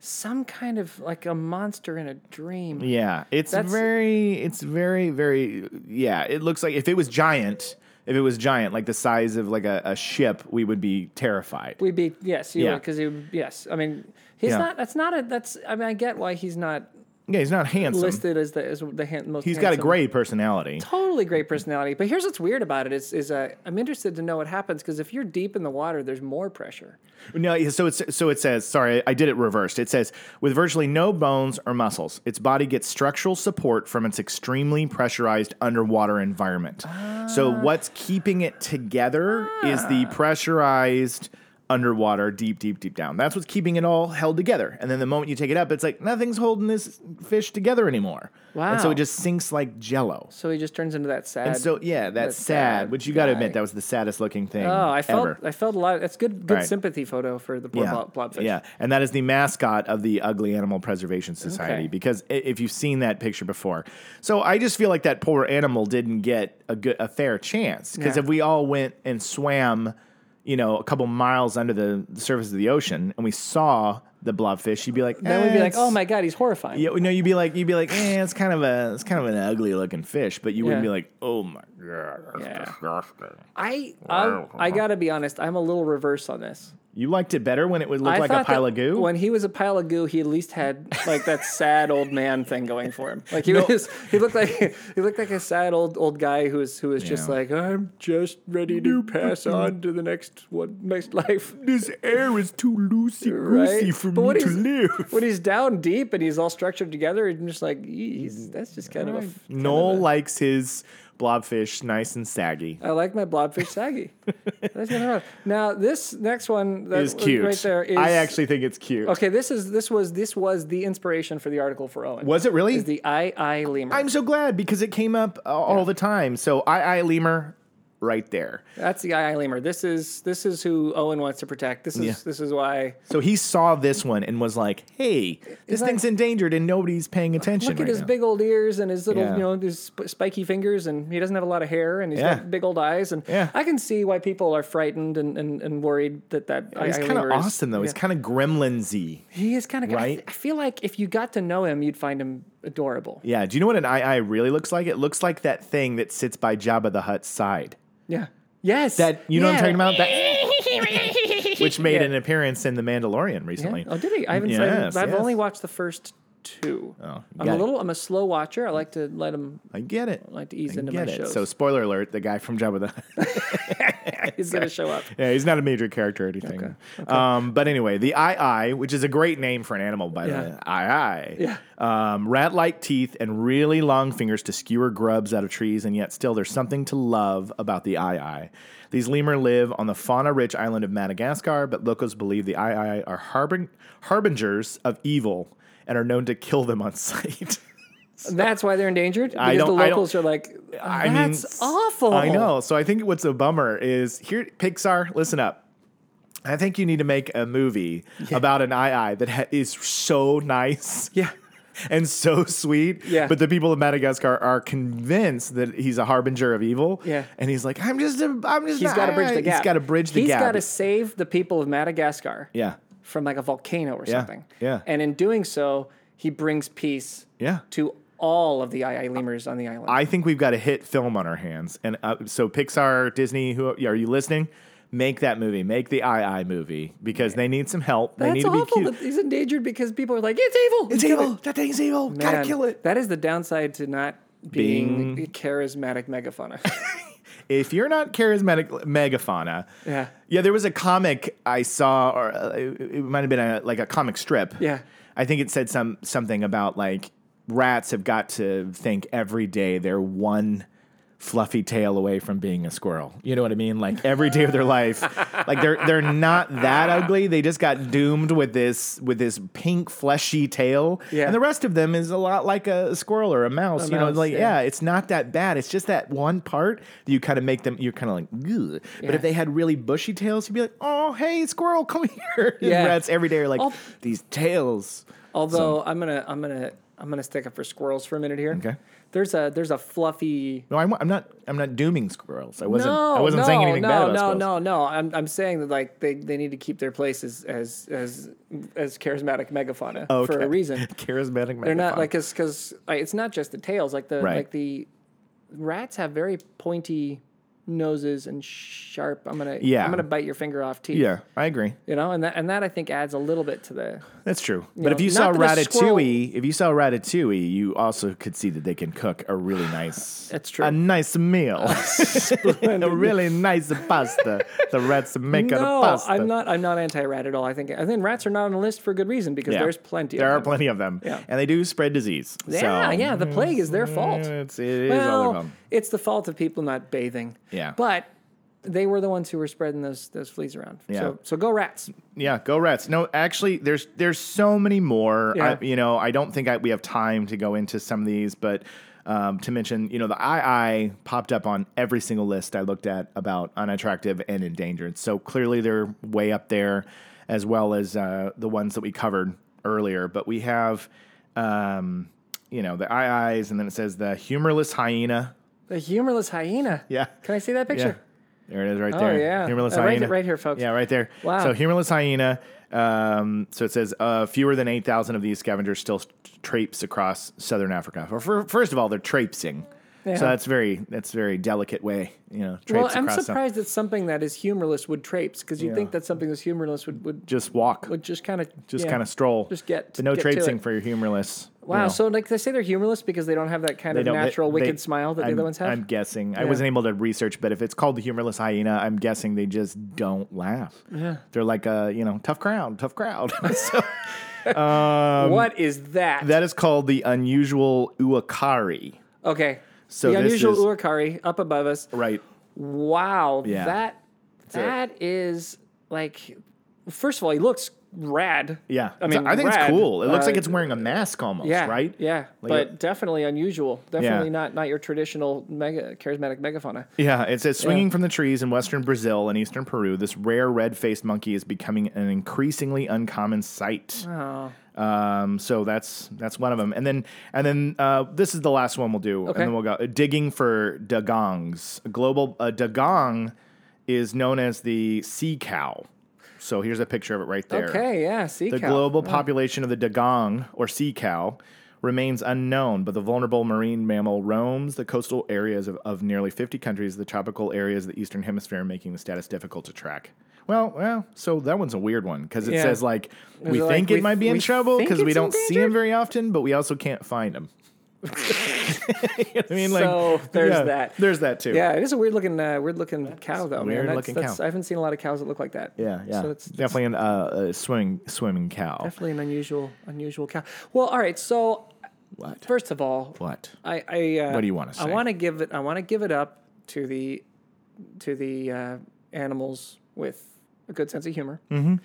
Speaker 3: some kind of like a monster in a dream.
Speaker 2: Yeah, it's
Speaker 3: That's-
Speaker 2: very, it's very, very. Yeah, it looks like if it was giant, if it was giant, like the size of like a, a ship, we would be terrified.
Speaker 3: We'd be yes, you
Speaker 2: Yeah.
Speaker 3: because he would- yes. I mean, he's
Speaker 2: Yeah.
Speaker 3: not. That's not a. That's. I mean, I get why he's not
Speaker 2: yeah, he's not handsome.
Speaker 3: listed as the as the hand, most.
Speaker 2: he's
Speaker 3: He's
Speaker 2: got a great personality.
Speaker 3: totally great personality. But here's what's weird about it is is uh, I'm interested to know what happens because if you're deep in the water, there's more pressure.
Speaker 2: No, so it's so it says. Sorry, I did it reversed. It says with virtually no bones or muscles, its body gets structural support from its extremely pressurized underwater environment. so
Speaker 3: Ah.
Speaker 2: what's keeping it together is the pressurized underwater, deep, deep, deep down. That's what's keeping it all held together. And then the moment you take it up, it's like nothing's holding this fish together anymore. And so
Speaker 3: Wow.
Speaker 2: it just sinks like jello.
Speaker 3: So he just turns into that sad.
Speaker 2: And so yeah, that's
Speaker 3: that
Speaker 2: sad,
Speaker 3: sad
Speaker 2: Which you got to
Speaker 3: guy.
Speaker 2: admit, that was the saddest looking thing.
Speaker 3: oh, I felt
Speaker 2: ever.
Speaker 3: I felt a lot. That's good good
Speaker 2: Right.
Speaker 3: sympathy photo for the poor blob, blobfish.
Speaker 2: Yeah, and that is the mascot of the Ugly Animal Preservation Society
Speaker 3: Okay.
Speaker 2: because i- if you've seen that picture before, so I just feel like that poor animal didn't get a good, a fair chance because
Speaker 3: Yeah.
Speaker 2: if we all went and swam, you know, a couple miles under the, the surface of the ocean and we saw the blobfish, you'd be like,
Speaker 3: Then we'd be
Speaker 2: "Eh,
Speaker 3: like, oh
Speaker 2: it's-
Speaker 3: my god, he's
Speaker 2: [LAUGHS]
Speaker 3: horrifying.
Speaker 2: Yeah, no, you'd be like, you'd be like, eh, it's kind of a, it's kind of an ugly looking fish, but you wouldn't
Speaker 3: Yeah.
Speaker 2: be like, oh my god, that's
Speaker 3: Yeah.
Speaker 2: disgusting.
Speaker 3: I I, I gotta be honest. I'm a little reverse on this.
Speaker 2: You liked it better when it would look
Speaker 3: I
Speaker 2: like a
Speaker 3: thought
Speaker 2: pile
Speaker 3: that
Speaker 2: of goo.
Speaker 3: When he was a pile of goo, he at least had like that sad old man thing going for him. Like he was, he looked like he looked like a sad old old guy who was who was just
Speaker 2: Yeah.
Speaker 3: like, I'm just ready to pass on to the next one, next life.
Speaker 2: this air is too loosey
Speaker 3: Right?
Speaker 2: goosey for
Speaker 3: But
Speaker 2: me
Speaker 3: what
Speaker 2: to
Speaker 3: is-
Speaker 2: live.
Speaker 3: When he's down deep and he's all structured together, I'm just like, "Yeez, that's just kind of a. f- kind
Speaker 2: Noel
Speaker 3: of a-
Speaker 2: likes his blobfish nice and saggy.
Speaker 3: I like my blobfish saggy. That's nothing wrong. Now this next one that
Speaker 2: Is
Speaker 3: was
Speaker 2: cute.
Speaker 3: right there is
Speaker 2: I actually think it's cute.
Speaker 3: okay. This is this was this was the inspiration for the article for Owen.
Speaker 2: Was it really?
Speaker 3: Is the I I lemur?
Speaker 2: I'm so glad because it came up uh, all the time. So I I lemur right there.
Speaker 3: That's the II lemur. This is this is who Owen wants to protect. This is
Speaker 2: Yeah.
Speaker 3: this is why.
Speaker 2: So he saw this one and was like, "Hey, this
Speaker 3: like-
Speaker 2: thing's endangered and nobody's paying attention."
Speaker 3: Look
Speaker 2: right
Speaker 3: at his
Speaker 2: now.
Speaker 3: big old ears and his little,
Speaker 2: Yeah.
Speaker 3: you know, his sp- spiky fingers, and he doesn't have a lot of hair, and he's
Speaker 2: Yeah.
Speaker 3: got big old eyes, and
Speaker 2: Yeah.
Speaker 3: I can see why people are frightened and, and, and worried that that II
Speaker 2: He's kind of
Speaker 3: lemur is-
Speaker 2: awesome though. He's
Speaker 3: yeah.
Speaker 2: kind of gremlinsy.
Speaker 3: he is kind of
Speaker 2: right?
Speaker 3: I feel like if you got to know him, you'd find him adorable.
Speaker 2: Yeah. Do you know what an II really looks like? It looks like that thing that sits by Jabba the Hutt's side.
Speaker 3: Yeah. Yes.
Speaker 2: That you know what
Speaker 3: Yeah.
Speaker 2: I'm talking about?
Speaker 3: [LAUGHS]
Speaker 2: That which made
Speaker 3: Yeah.
Speaker 2: an appearance in The Mandalorian recently.
Speaker 3: Oh, did he? I haven't. I
Speaker 2: Yes,
Speaker 3: haven't- I've
Speaker 2: yes.
Speaker 3: only watched the first two.
Speaker 2: Oh, you
Speaker 3: I'm
Speaker 2: got
Speaker 3: a
Speaker 2: it.
Speaker 3: little. I'm a slow watcher. I like to let him.
Speaker 2: I get it.
Speaker 3: like to ease
Speaker 2: I
Speaker 3: into
Speaker 2: get
Speaker 3: my
Speaker 2: it.
Speaker 3: shows.
Speaker 2: So spoiler alert: the guy from Jabba the [LAUGHS]
Speaker 3: He's gonna show up.
Speaker 2: yeah, he's not a major character or anything. Um, but anyway, the II, which is a great name for an animal, by
Speaker 3: Yeah.
Speaker 2: the way, II. Yeah. Um, rat-like teeth and really long fingers to skewer grubs out of trees, and yet still there's something to love about the II. These lemur live on the fauna-rich island of Madagascar, but locals believe the II are harbing- harbingers of evil and are known to kill them on [LAUGHS] sight.
Speaker 3: That's why they're endangered. Because
Speaker 2: I don't-
Speaker 3: the
Speaker 2: I don't-
Speaker 3: locals are like, that's
Speaker 2: I mean, s-
Speaker 3: awful.
Speaker 2: I know. So I think what's a bummer is here, Pixar, listen up. I think you need to make a movie about an II that ha- is so nice.
Speaker 3: Yeah.
Speaker 2: And so sweet,
Speaker 3: Yeah.
Speaker 2: But the people of Madagascar are convinced that he's a harbinger of evil,
Speaker 3: Yeah.
Speaker 2: And he's like, "I'm just, a, I'm just."
Speaker 3: He's got to bridge the gap.
Speaker 2: He's got to bridge the gap.
Speaker 3: He's got to save the people of Madagascar
Speaker 2: yeah,
Speaker 3: from like a volcano or something.
Speaker 2: yeah.
Speaker 3: And in doing so, he brings peace
Speaker 2: yeah.
Speaker 3: to all of the II lemurs on the island.
Speaker 2: I think we've got a hit film on our hands. And uh, so Pixar, Disney, who are you listening? Make that movie. Make the II movie because they need some help. they
Speaker 3: That's
Speaker 2: need to be
Speaker 3: awful
Speaker 2: cute.
Speaker 3: that he's endangered because people are like, it's evil.
Speaker 2: It's
Speaker 3: kill
Speaker 2: evil.
Speaker 3: it."
Speaker 2: That thing's evil. Gotta
Speaker 3: Man,
Speaker 2: kill it.
Speaker 3: That is the downside to not being, a
Speaker 2: [LAUGHS]
Speaker 3: charismatic megafauna.
Speaker 2: If you're not charismatic, megafauna.
Speaker 3: yeah.
Speaker 2: Yeah, there was a comic I saw, or uh, it it might have been a, like a comic strip.
Speaker 3: Yeah.
Speaker 2: I think it said some something about like rats have got to think every day they're one fluffy tail away from being a squirrel. You know what I mean? Like every day of their
Speaker 3: [LAUGHS]
Speaker 2: life, like they're they're not that ugly. They just got doomed with this with this pink fleshy tail,
Speaker 3: Yeah.
Speaker 2: and the rest of them is a lot like a squirrel or a mouse. you
Speaker 3: mouse,
Speaker 2: know, like
Speaker 3: yeah.
Speaker 2: yeah. it's not that bad. It's just that one part that you kind of make them. You're kind of like, Ugh. but
Speaker 3: Yeah.
Speaker 2: if they had really bushy tails, you'd be like, oh hey squirrel, [LAUGHS] come here. And
Speaker 3: Yeah. Oh.
Speaker 2: rats every day are like
Speaker 3: Al-
Speaker 2: these tails.
Speaker 3: Although I'm gonna I'm gonna I'm gonna stick up for squirrels for a minute here.
Speaker 2: Okay.
Speaker 3: There's a there's a fluffy.
Speaker 2: No, I'm, I'm not. I'm not dooming squirrels. I wasn't.
Speaker 3: no,
Speaker 2: I wasn't
Speaker 3: no,
Speaker 2: saying anything
Speaker 3: no,
Speaker 2: bad about
Speaker 3: no,
Speaker 2: squirrels.
Speaker 3: no, no. I'm I'm saying that like they, they need to keep their place as as as, as charismatic megafauna for
Speaker 2: Okay.
Speaker 3: a reason.
Speaker 2: [LAUGHS] Charismatic.
Speaker 3: They're not like because because like, it's not just the tails. Like the
Speaker 2: Right.
Speaker 3: like the rats have very pointy noses and sharp. I'm gonna
Speaker 2: Yeah.
Speaker 3: I'm gonna bite your finger off teeth.
Speaker 2: Yeah, I agree.
Speaker 3: You know, and that and that I think adds a little bit to the
Speaker 2: That's true. But
Speaker 3: know,
Speaker 2: if you
Speaker 3: not
Speaker 2: saw
Speaker 3: that a squirrel-
Speaker 2: Ratatouille, if you saw Ratatouille, you also could see that they can cook a really
Speaker 3: [SIGHS]
Speaker 2: nice.
Speaker 3: That's true.
Speaker 2: A nice meal,
Speaker 3: [LAUGHS]
Speaker 2: [LAUGHS] a really nice pasta. The rats make a
Speaker 3: no,
Speaker 2: pasta.
Speaker 3: I'm not. I'm not anti-rat at all. I think. I think rats are not on the list for good reason because
Speaker 2: Yeah.
Speaker 3: there's plenty.
Speaker 2: There
Speaker 3: of
Speaker 2: are
Speaker 3: them.
Speaker 2: plenty of them,
Speaker 3: Yeah.
Speaker 2: and they do spread disease.
Speaker 3: Yeah,
Speaker 2: so, mm,
Speaker 3: yeah. The plague is their fault.
Speaker 2: It's, it is all of
Speaker 3: well,
Speaker 2: them.
Speaker 3: it's the fault of people not bathing.
Speaker 2: Yeah.
Speaker 3: But they were the ones who were spreading those those fleas around.
Speaker 2: Yeah.
Speaker 3: So so go rats.
Speaker 2: Yeah, go rats. No, actually, there's there's so many more.
Speaker 3: Yeah.
Speaker 2: I, you know, I don't think I, we have time to go into some of these, but um, to mention, you know, the II popped up on every single list I looked at about unattractive and endangered. So clearly, they're way up there, as well as uh, the ones that we covered earlier. But we have, um, you know, the IIs, and then it says the humorless hyena. [LAUGHS]
Speaker 3: The humorless hyena.
Speaker 2: Yeah.
Speaker 3: Can I see that
Speaker 2: Yeah.
Speaker 3: picture?
Speaker 2: There it is right there.
Speaker 3: yeah.
Speaker 2: Humorless
Speaker 3: Uh, right-
Speaker 2: hyena.
Speaker 3: right here, folks.
Speaker 2: Yeah, right there.
Speaker 3: Wow.
Speaker 2: So humorless hyena. Um, so it says uh, fewer than 8,000 of these scavengers still traipse across southern Africa. Or fir- first of all, they're traipsing. So that's very that's very delicate way, you know,
Speaker 3: Well,
Speaker 2: traipse
Speaker 3: I'm
Speaker 2: across. some-
Speaker 3: surprised that something that is humorless would traipse because you would think that something that's humorless would would,
Speaker 2: just walk.
Speaker 3: would just kind of
Speaker 2: Just kind of stroll.
Speaker 3: Just get-
Speaker 2: But no
Speaker 3: get to
Speaker 2: traipsing
Speaker 3: it.
Speaker 2: for your humorless. you
Speaker 3: Wow,
Speaker 2: know.
Speaker 3: so like they say they're humorless because they don't have that kind
Speaker 2: They
Speaker 3: of
Speaker 2: don't- they-
Speaker 3: natural
Speaker 2: they-
Speaker 3: wicked smile that
Speaker 2: I'm-
Speaker 3: the other ones have.
Speaker 2: I'm guessing. I
Speaker 3: Yeah.
Speaker 2: wasn't able to research, but if it's called the humorless hyena, I'm guessing they just don't laugh. Yeah. They're like a, you know, tough crowd, tough crowd. [LAUGHS] so
Speaker 3: what is that?
Speaker 2: um, That is called the unusual uakari.
Speaker 3: okay.
Speaker 2: So
Speaker 3: the
Speaker 2: this
Speaker 3: unusual
Speaker 2: is-
Speaker 3: Urukari up above us.
Speaker 2: Right.
Speaker 3: Wow,
Speaker 2: Yeah.
Speaker 3: that
Speaker 2: it.
Speaker 3: that is like first of all, he looks rad.
Speaker 2: Yeah.
Speaker 3: I mean,
Speaker 2: I think
Speaker 3: rad.
Speaker 2: it's cool. It looks like
Speaker 3: Uh,
Speaker 2: it's wearing a mask almost,
Speaker 3: yeah,
Speaker 2: right?
Speaker 3: Yeah,
Speaker 2: Like uh,
Speaker 3: but
Speaker 2: a-
Speaker 3: definitely unusual. Definitely not not your traditional mega charismatic megafauna.
Speaker 2: Yeah, it says swinging from the trees in western Brazil and eastern Peru, this rare red-faced monkey is becoming an increasingly uncommon sight.
Speaker 3: Oh,
Speaker 2: Um, so that's that's one of them. And then and then uh, this is the last one we'll do,
Speaker 3: Okay.
Speaker 2: and then we'll go Uh, digging for dagongs. A global uh, dagong is known as the sea cow. So here's a picture of it right there.
Speaker 3: okay, yeah. Sea
Speaker 2: The
Speaker 3: cow. Mm.
Speaker 2: global population of the dagong or sea cow remains unknown, but the vulnerable marine mammal roams the coastal areas of, of nearly 50 countries, the tropical areas of the eastern hemisphere, making the status difficult to track. Well, well, so that one's a weird one because it
Speaker 3: Yeah.
Speaker 2: says like we
Speaker 3: it like,
Speaker 2: think
Speaker 3: we-
Speaker 2: it might be in
Speaker 3: we
Speaker 2: trouble
Speaker 3: think
Speaker 2: because we
Speaker 3: it's
Speaker 2: don't see
Speaker 3: endangered?
Speaker 2: them very often, but we also can't find [LAUGHS] them. I mean, like,
Speaker 3: So, there's
Speaker 2: yeah,
Speaker 3: that.
Speaker 2: There's that too.
Speaker 3: Yeah, it is a weird looking, uh, weird looking cow though. man.
Speaker 2: weird
Speaker 3: That's-
Speaker 2: looking
Speaker 3: that's-
Speaker 2: cow.
Speaker 3: I haven't seen a lot of cows that look like that.
Speaker 2: yeah, yeah.
Speaker 3: So it's
Speaker 2: definitely an, uh, a swimming swimming cow.
Speaker 3: definitely an unusual, unusual cow. Well, all right. So
Speaker 2: What?
Speaker 3: first of all,
Speaker 2: What?
Speaker 3: I, I uh,
Speaker 2: What do you wanna
Speaker 3: I
Speaker 2: say?
Speaker 3: want to give it. I want to give it up to the to the uh, animals with a good sense of humor,
Speaker 2: Mm-hmm.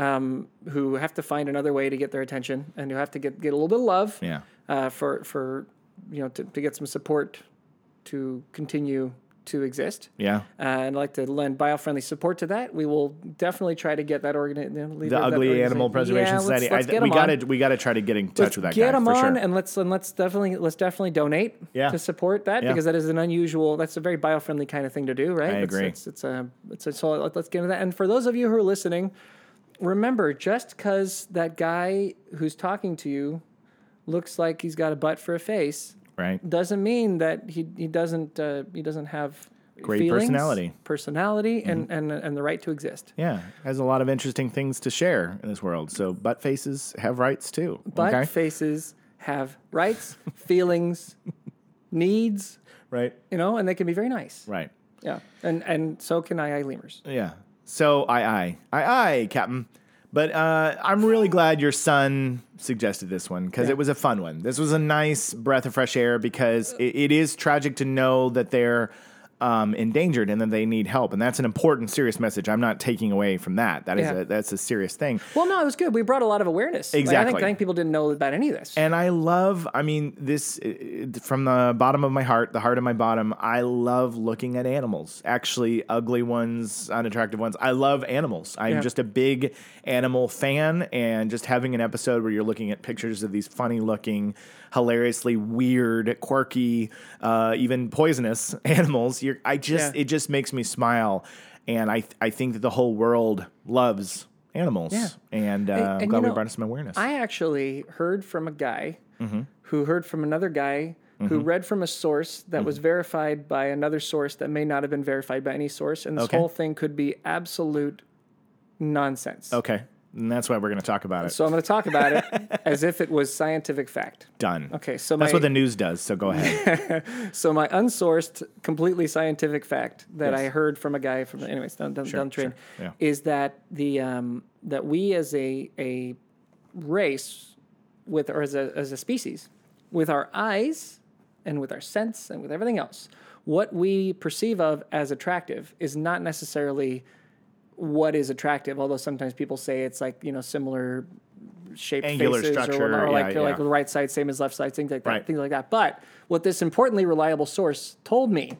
Speaker 3: um, who have to find another way to get their attention and who have to get get a little bit of love
Speaker 2: Yeah.
Speaker 3: uh, for for you know to, to get some support to continue to exist.
Speaker 2: Yeah.
Speaker 3: Uh, and I'd like to lend bio-friendly support to that. We will definitely try to get that organ. The leader
Speaker 2: the
Speaker 3: of that
Speaker 2: ugly animal
Speaker 3: organization-
Speaker 2: preservation
Speaker 3: Yeah,
Speaker 2: society.
Speaker 3: Let's, let's
Speaker 2: I,
Speaker 3: get
Speaker 2: we
Speaker 3: them on.
Speaker 2: gotta we gotta try to get in touch with that
Speaker 3: get
Speaker 2: guy
Speaker 3: them
Speaker 2: for
Speaker 3: on
Speaker 2: sure.
Speaker 3: and let's and let's definitely let's definitely donate
Speaker 2: Yeah.
Speaker 3: to support that
Speaker 2: Yeah.
Speaker 3: because that is an unusual that's a very bio-friendly kind of thing to do right
Speaker 2: I agree.
Speaker 3: it's, it's, it's a it's a, so let- let's get into that and for those of you who are listening remember just because that guy who's talking to you looks like he's got a butt for a face
Speaker 2: right?
Speaker 3: doesn't mean that he he doesn't uh, he doesn't have
Speaker 2: Great
Speaker 3: feelings,
Speaker 2: personality. Mm-hmm.
Speaker 3: personality and, and and the right to exist
Speaker 2: Yeah, has a lot of interesting things to share in this world. So butt faces have rights too.
Speaker 3: but
Speaker 2: okay?
Speaker 3: faces have rights [LAUGHS] feelings needs
Speaker 2: right,
Speaker 3: you know, and they can be very nice.
Speaker 2: right.
Speaker 3: Yeah, and and so can I, I lemurs.
Speaker 2: Yeah. So I I I I Captain. But uh, I'm really glad your son suggested this one because it was a fun one. This was a nice breath of fresh air because it, it is tragic to know that they're um, endangered and that they need help, and that's an important, serious message. I'm not taking away from that. That is
Speaker 3: Yeah.
Speaker 2: a, that's a serious thing.
Speaker 3: Well, no, it was good. We brought a lot of awareness. Like, I, think,
Speaker 2: Exactly.
Speaker 3: I think people didn't know about any of this.
Speaker 2: And I love, I mean, this uh, from the bottom of my heart, the heart of my bottom, I love looking at animals, actually, ugly ones, unattractive ones. I love animals. I'm
Speaker 3: Yeah.
Speaker 2: just a big animal fan. And just having an episode where you're looking at pictures of these funny looking, hilariously weird, quirky, uh, even poisonous [LAUGHS] animals, you're, I just,
Speaker 3: Yeah.
Speaker 2: it just makes me smile. And I, I think that the whole world loves animals.
Speaker 3: Yeah.
Speaker 2: And, uh,
Speaker 3: and
Speaker 2: I'm
Speaker 3: you
Speaker 2: glad we
Speaker 3: know,
Speaker 2: brought us some awareness.
Speaker 3: I actually heard from a guy
Speaker 2: Mm-hmm.
Speaker 3: who heard from another guy who read from a source that
Speaker 2: Mm-hmm.
Speaker 3: was verified by another source that may not have been verified by any source. And this
Speaker 2: Okay.
Speaker 3: whole thing could be absolute nonsense.
Speaker 2: Okay. And that's why we're going to talk about it.
Speaker 3: So I'm going to talk
Speaker 2: [LAUGHS]
Speaker 3: about it as if it was scientific fact.
Speaker 2: Done.
Speaker 3: Okay, so
Speaker 2: that's
Speaker 3: my-
Speaker 2: what the news does. So go
Speaker 3: [LAUGHS]
Speaker 2: ahead.
Speaker 3: So my unsourced, completely scientific fact that I
Speaker 2: Yes.
Speaker 3: heard from a guy from anyways down down, down the train
Speaker 2: sure, yeah.
Speaker 3: is that the um, that we as a a race with or as a as a species with our eyes and with our sense and with everything else, what we perceive of as attractive is not necessarily what is attractive. Although sometimes people say it's like you know similar shaped
Speaker 2: Angular
Speaker 3: faces
Speaker 2: structure,
Speaker 3: or, whatnot, or like
Speaker 2: yeah,
Speaker 3: they're like
Speaker 2: yeah.
Speaker 3: the right side same as left side things like that
Speaker 2: Right.
Speaker 3: things like that. But what this importantly reliable source told me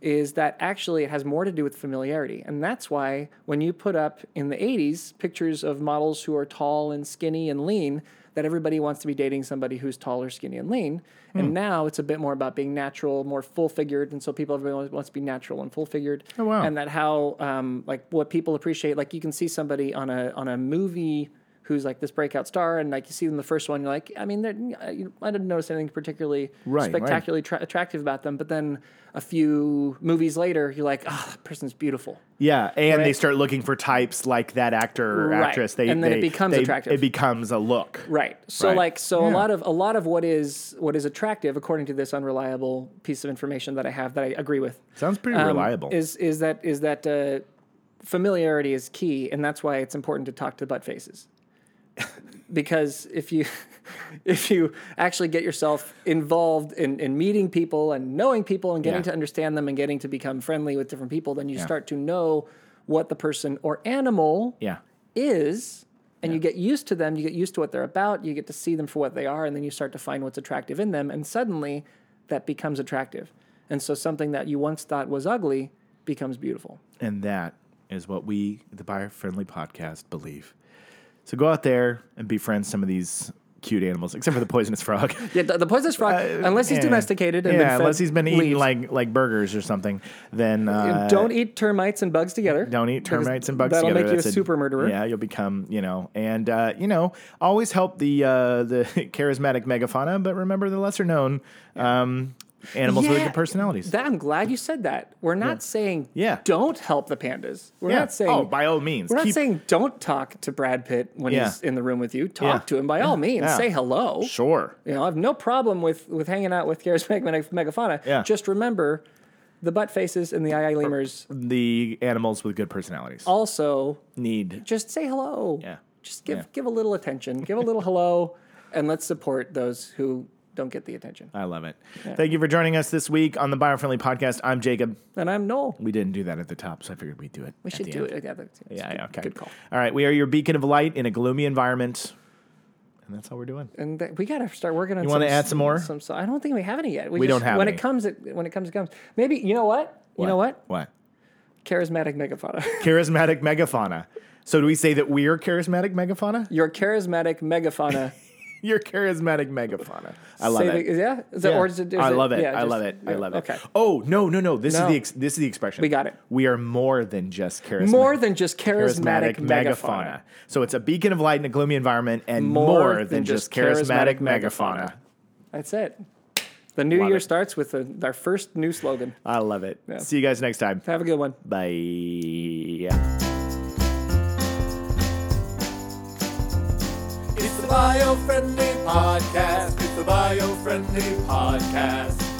Speaker 3: is that actually it has more to do with familiarity. And that's why when you put up in the 80s pictures of models who are tall and skinny and lean, that everybody wants to be dating somebody who's tall or skinny and lean.
Speaker 2: Hmm.
Speaker 3: And now it's a bit more about being natural, more full figured. And so people, everybody wants- wants to be natural and full figured.
Speaker 2: Oh, wow.
Speaker 3: And that how, um, like, what people appreciate, like, you can see somebody on a, on a movie who's like this breakout star and like you see them the first one you're like i mean they're, you- i didn't notice anything particularly
Speaker 2: Right, right.
Speaker 3: spectacular really tra- attractive about them, but then a few movies later, you're like, oh, that person's beautiful.
Speaker 2: yeah, and they
Speaker 3: Right.
Speaker 2: start looking for types like that actor or
Speaker 3: Right.
Speaker 2: actress. They,
Speaker 3: And then it
Speaker 2: they-
Speaker 3: becomes
Speaker 2: they-
Speaker 3: attractive.
Speaker 2: It becomes a look.
Speaker 3: Right. So
Speaker 2: Right.
Speaker 3: like so a
Speaker 2: Yeah.
Speaker 3: lot of a lot of what is what is attractive according to this unreliable piece of information that I have that I agree with.
Speaker 2: Sounds pretty
Speaker 3: um,
Speaker 2: reliable.
Speaker 3: Is is that is that uh, familiarity is key, and that's why it's important to talk to butt faces. [LAUGHS] because if you [LAUGHS] if you actually get yourself involved in, in meeting people and knowing people and getting
Speaker 2: Yeah.
Speaker 3: to understand them and getting to become friendly with different people, then you start to know what the person or animal
Speaker 2: yeah.
Speaker 3: is and you get used to them you get used to what they're about you get to see them for what they are and then you start to find what's attractive in them and suddenly that becomes attractive and so something that you once thought was ugly becomes beautiful
Speaker 2: And that is what we, the Buyer Friendly Podcast, believe. So go out there and befriend some of these cute animals, except for the poisonous [LAUGHS] frog.
Speaker 3: yeah the, the poisonous frog unless he's
Speaker 2: Uh, Yeah.
Speaker 3: domesticated and
Speaker 2: yeah,
Speaker 3: been fed
Speaker 2: unless he's been eating
Speaker 3: leaves.
Speaker 2: like like burgers or something, then uh,
Speaker 3: don't eat termites and bugs together
Speaker 2: Don't eat
Speaker 3: because
Speaker 2: termites and bugs
Speaker 3: that'll
Speaker 2: together.
Speaker 3: make you a
Speaker 2: That's
Speaker 3: super murderer
Speaker 2: Yeah, you'll become, you know, and uh, you know, always help the uh, the [LAUGHS] charismatic megafauna, but remember the lesser known um, animals with
Speaker 3: Yeah.
Speaker 2: good personalities.
Speaker 3: that i'm glad you said that we're not saying
Speaker 2: Yeah.
Speaker 3: don't help the pandas we're
Speaker 2: yeah.
Speaker 3: not saying
Speaker 2: oh, by all means,
Speaker 3: We're not
Speaker 2: keep-
Speaker 3: saying don't talk to Brad Pitt when
Speaker 2: Yeah.
Speaker 3: he's in the room with you. Talk
Speaker 2: Yeah.
Speaker 3: to him by all means.
Speaker 2: Yeah.
Speaker 3: Say hello.
Speaker 2: sure.
Speaker 3: You know, I have no problem with with hanging out with charismatic [LAUGHS] meg- megafauna.
Speaker 2: Yeah.
Speaker 3: Just remember, the butt faces and the eye eye lemurs
Speaker 2: The animals with good personalities
Speaker 3: also
Speaker 2: need.
Speaker 3: just say hello.
Speaker 2: Yeah.
Speaker 3: Just give
Speaker 2: Yeah.
Speaker 3: give a little attention. Give a little hello, and let's support those who don't get the attention.
Speaker 2: I love it. Thank you for joining us this week on the Biofriendly Podcast. I'm Jacob.
Speaker 3: And I'm Noel.
Speaker 2: We didn't do that at the top, so I figured we'd do it.
Speaker 3: We should do it together.
Speaker 2: Yeah, yeah, okay.
Speaker 3: Good call.
Speaker 2: All right, we are your beacon of light in a gloomy environment, and that's all we're doing.
Speaker 3: And that, we got to start working on.
Speaker 2: You
Speaker 3: some-
Speaker 2: wanna add some more?
Speaker 3: Some, so I don't think we have any yet.
Speaker 2: We
Speaker 3: just-
Speaker 2: don't have
Speaker 3: when
Speaker 2: any.
Speaker 3: it comes. It, when it comes, it comes. Maybe you know what? You know what?
Speaker 2: What?
Speaker 3: Charismatic megafauna. [LAUGHS]
Speaker 2: charismatic megafauna. So do we say that we're charismatic megafauna? [LAUGHS]
Speaker 3: Your charismatic megafauna.
Speaker 2: You're charismatic megafauna. [LAUGHS] I love
Speaker 3: Say
Speaker 2: it.
Speaker 3: the- yeah? Is that-
Speaker 2: Yeah.
Speaker 3: or is it- is
Speaker 2: I
Speaker 3: it-
Speaker 2: love it.
Speaker 3: yeah,
Speaker 2: I
Speaker 3: just-
Speaker 2: love it. I
Speaker 3: yeah,
Speaker 2: love it.
Speaker 3: okay.
Speaker 2: Oh no no no! This
Speaker 3: No.
Speaker 2: is the ex- this is the expression.
Speaker 3: We got it.
Speaker 2: We are more than just charismatic.
Speaker 3: More than just charismatic, megafauna.
Speaker 2: So it's a beacon of light in a gloomy environment, and more, than, just charismatic, megafauna.
Speaker 3: That's it. The new
Speaker 2: Love
Speaker 3: year
Speaker 2: it.
Speaker 3: starts with a, our first new slogan.
Speaker 2: I love it.
Speaker 3: Yeah.
Speaker 2: See you guys next time.
Speaker 3: Have a good one.
Speaker 2: Bye.
Speaker 1: It's the bio friendly podcast. It's the bio friendly podcast.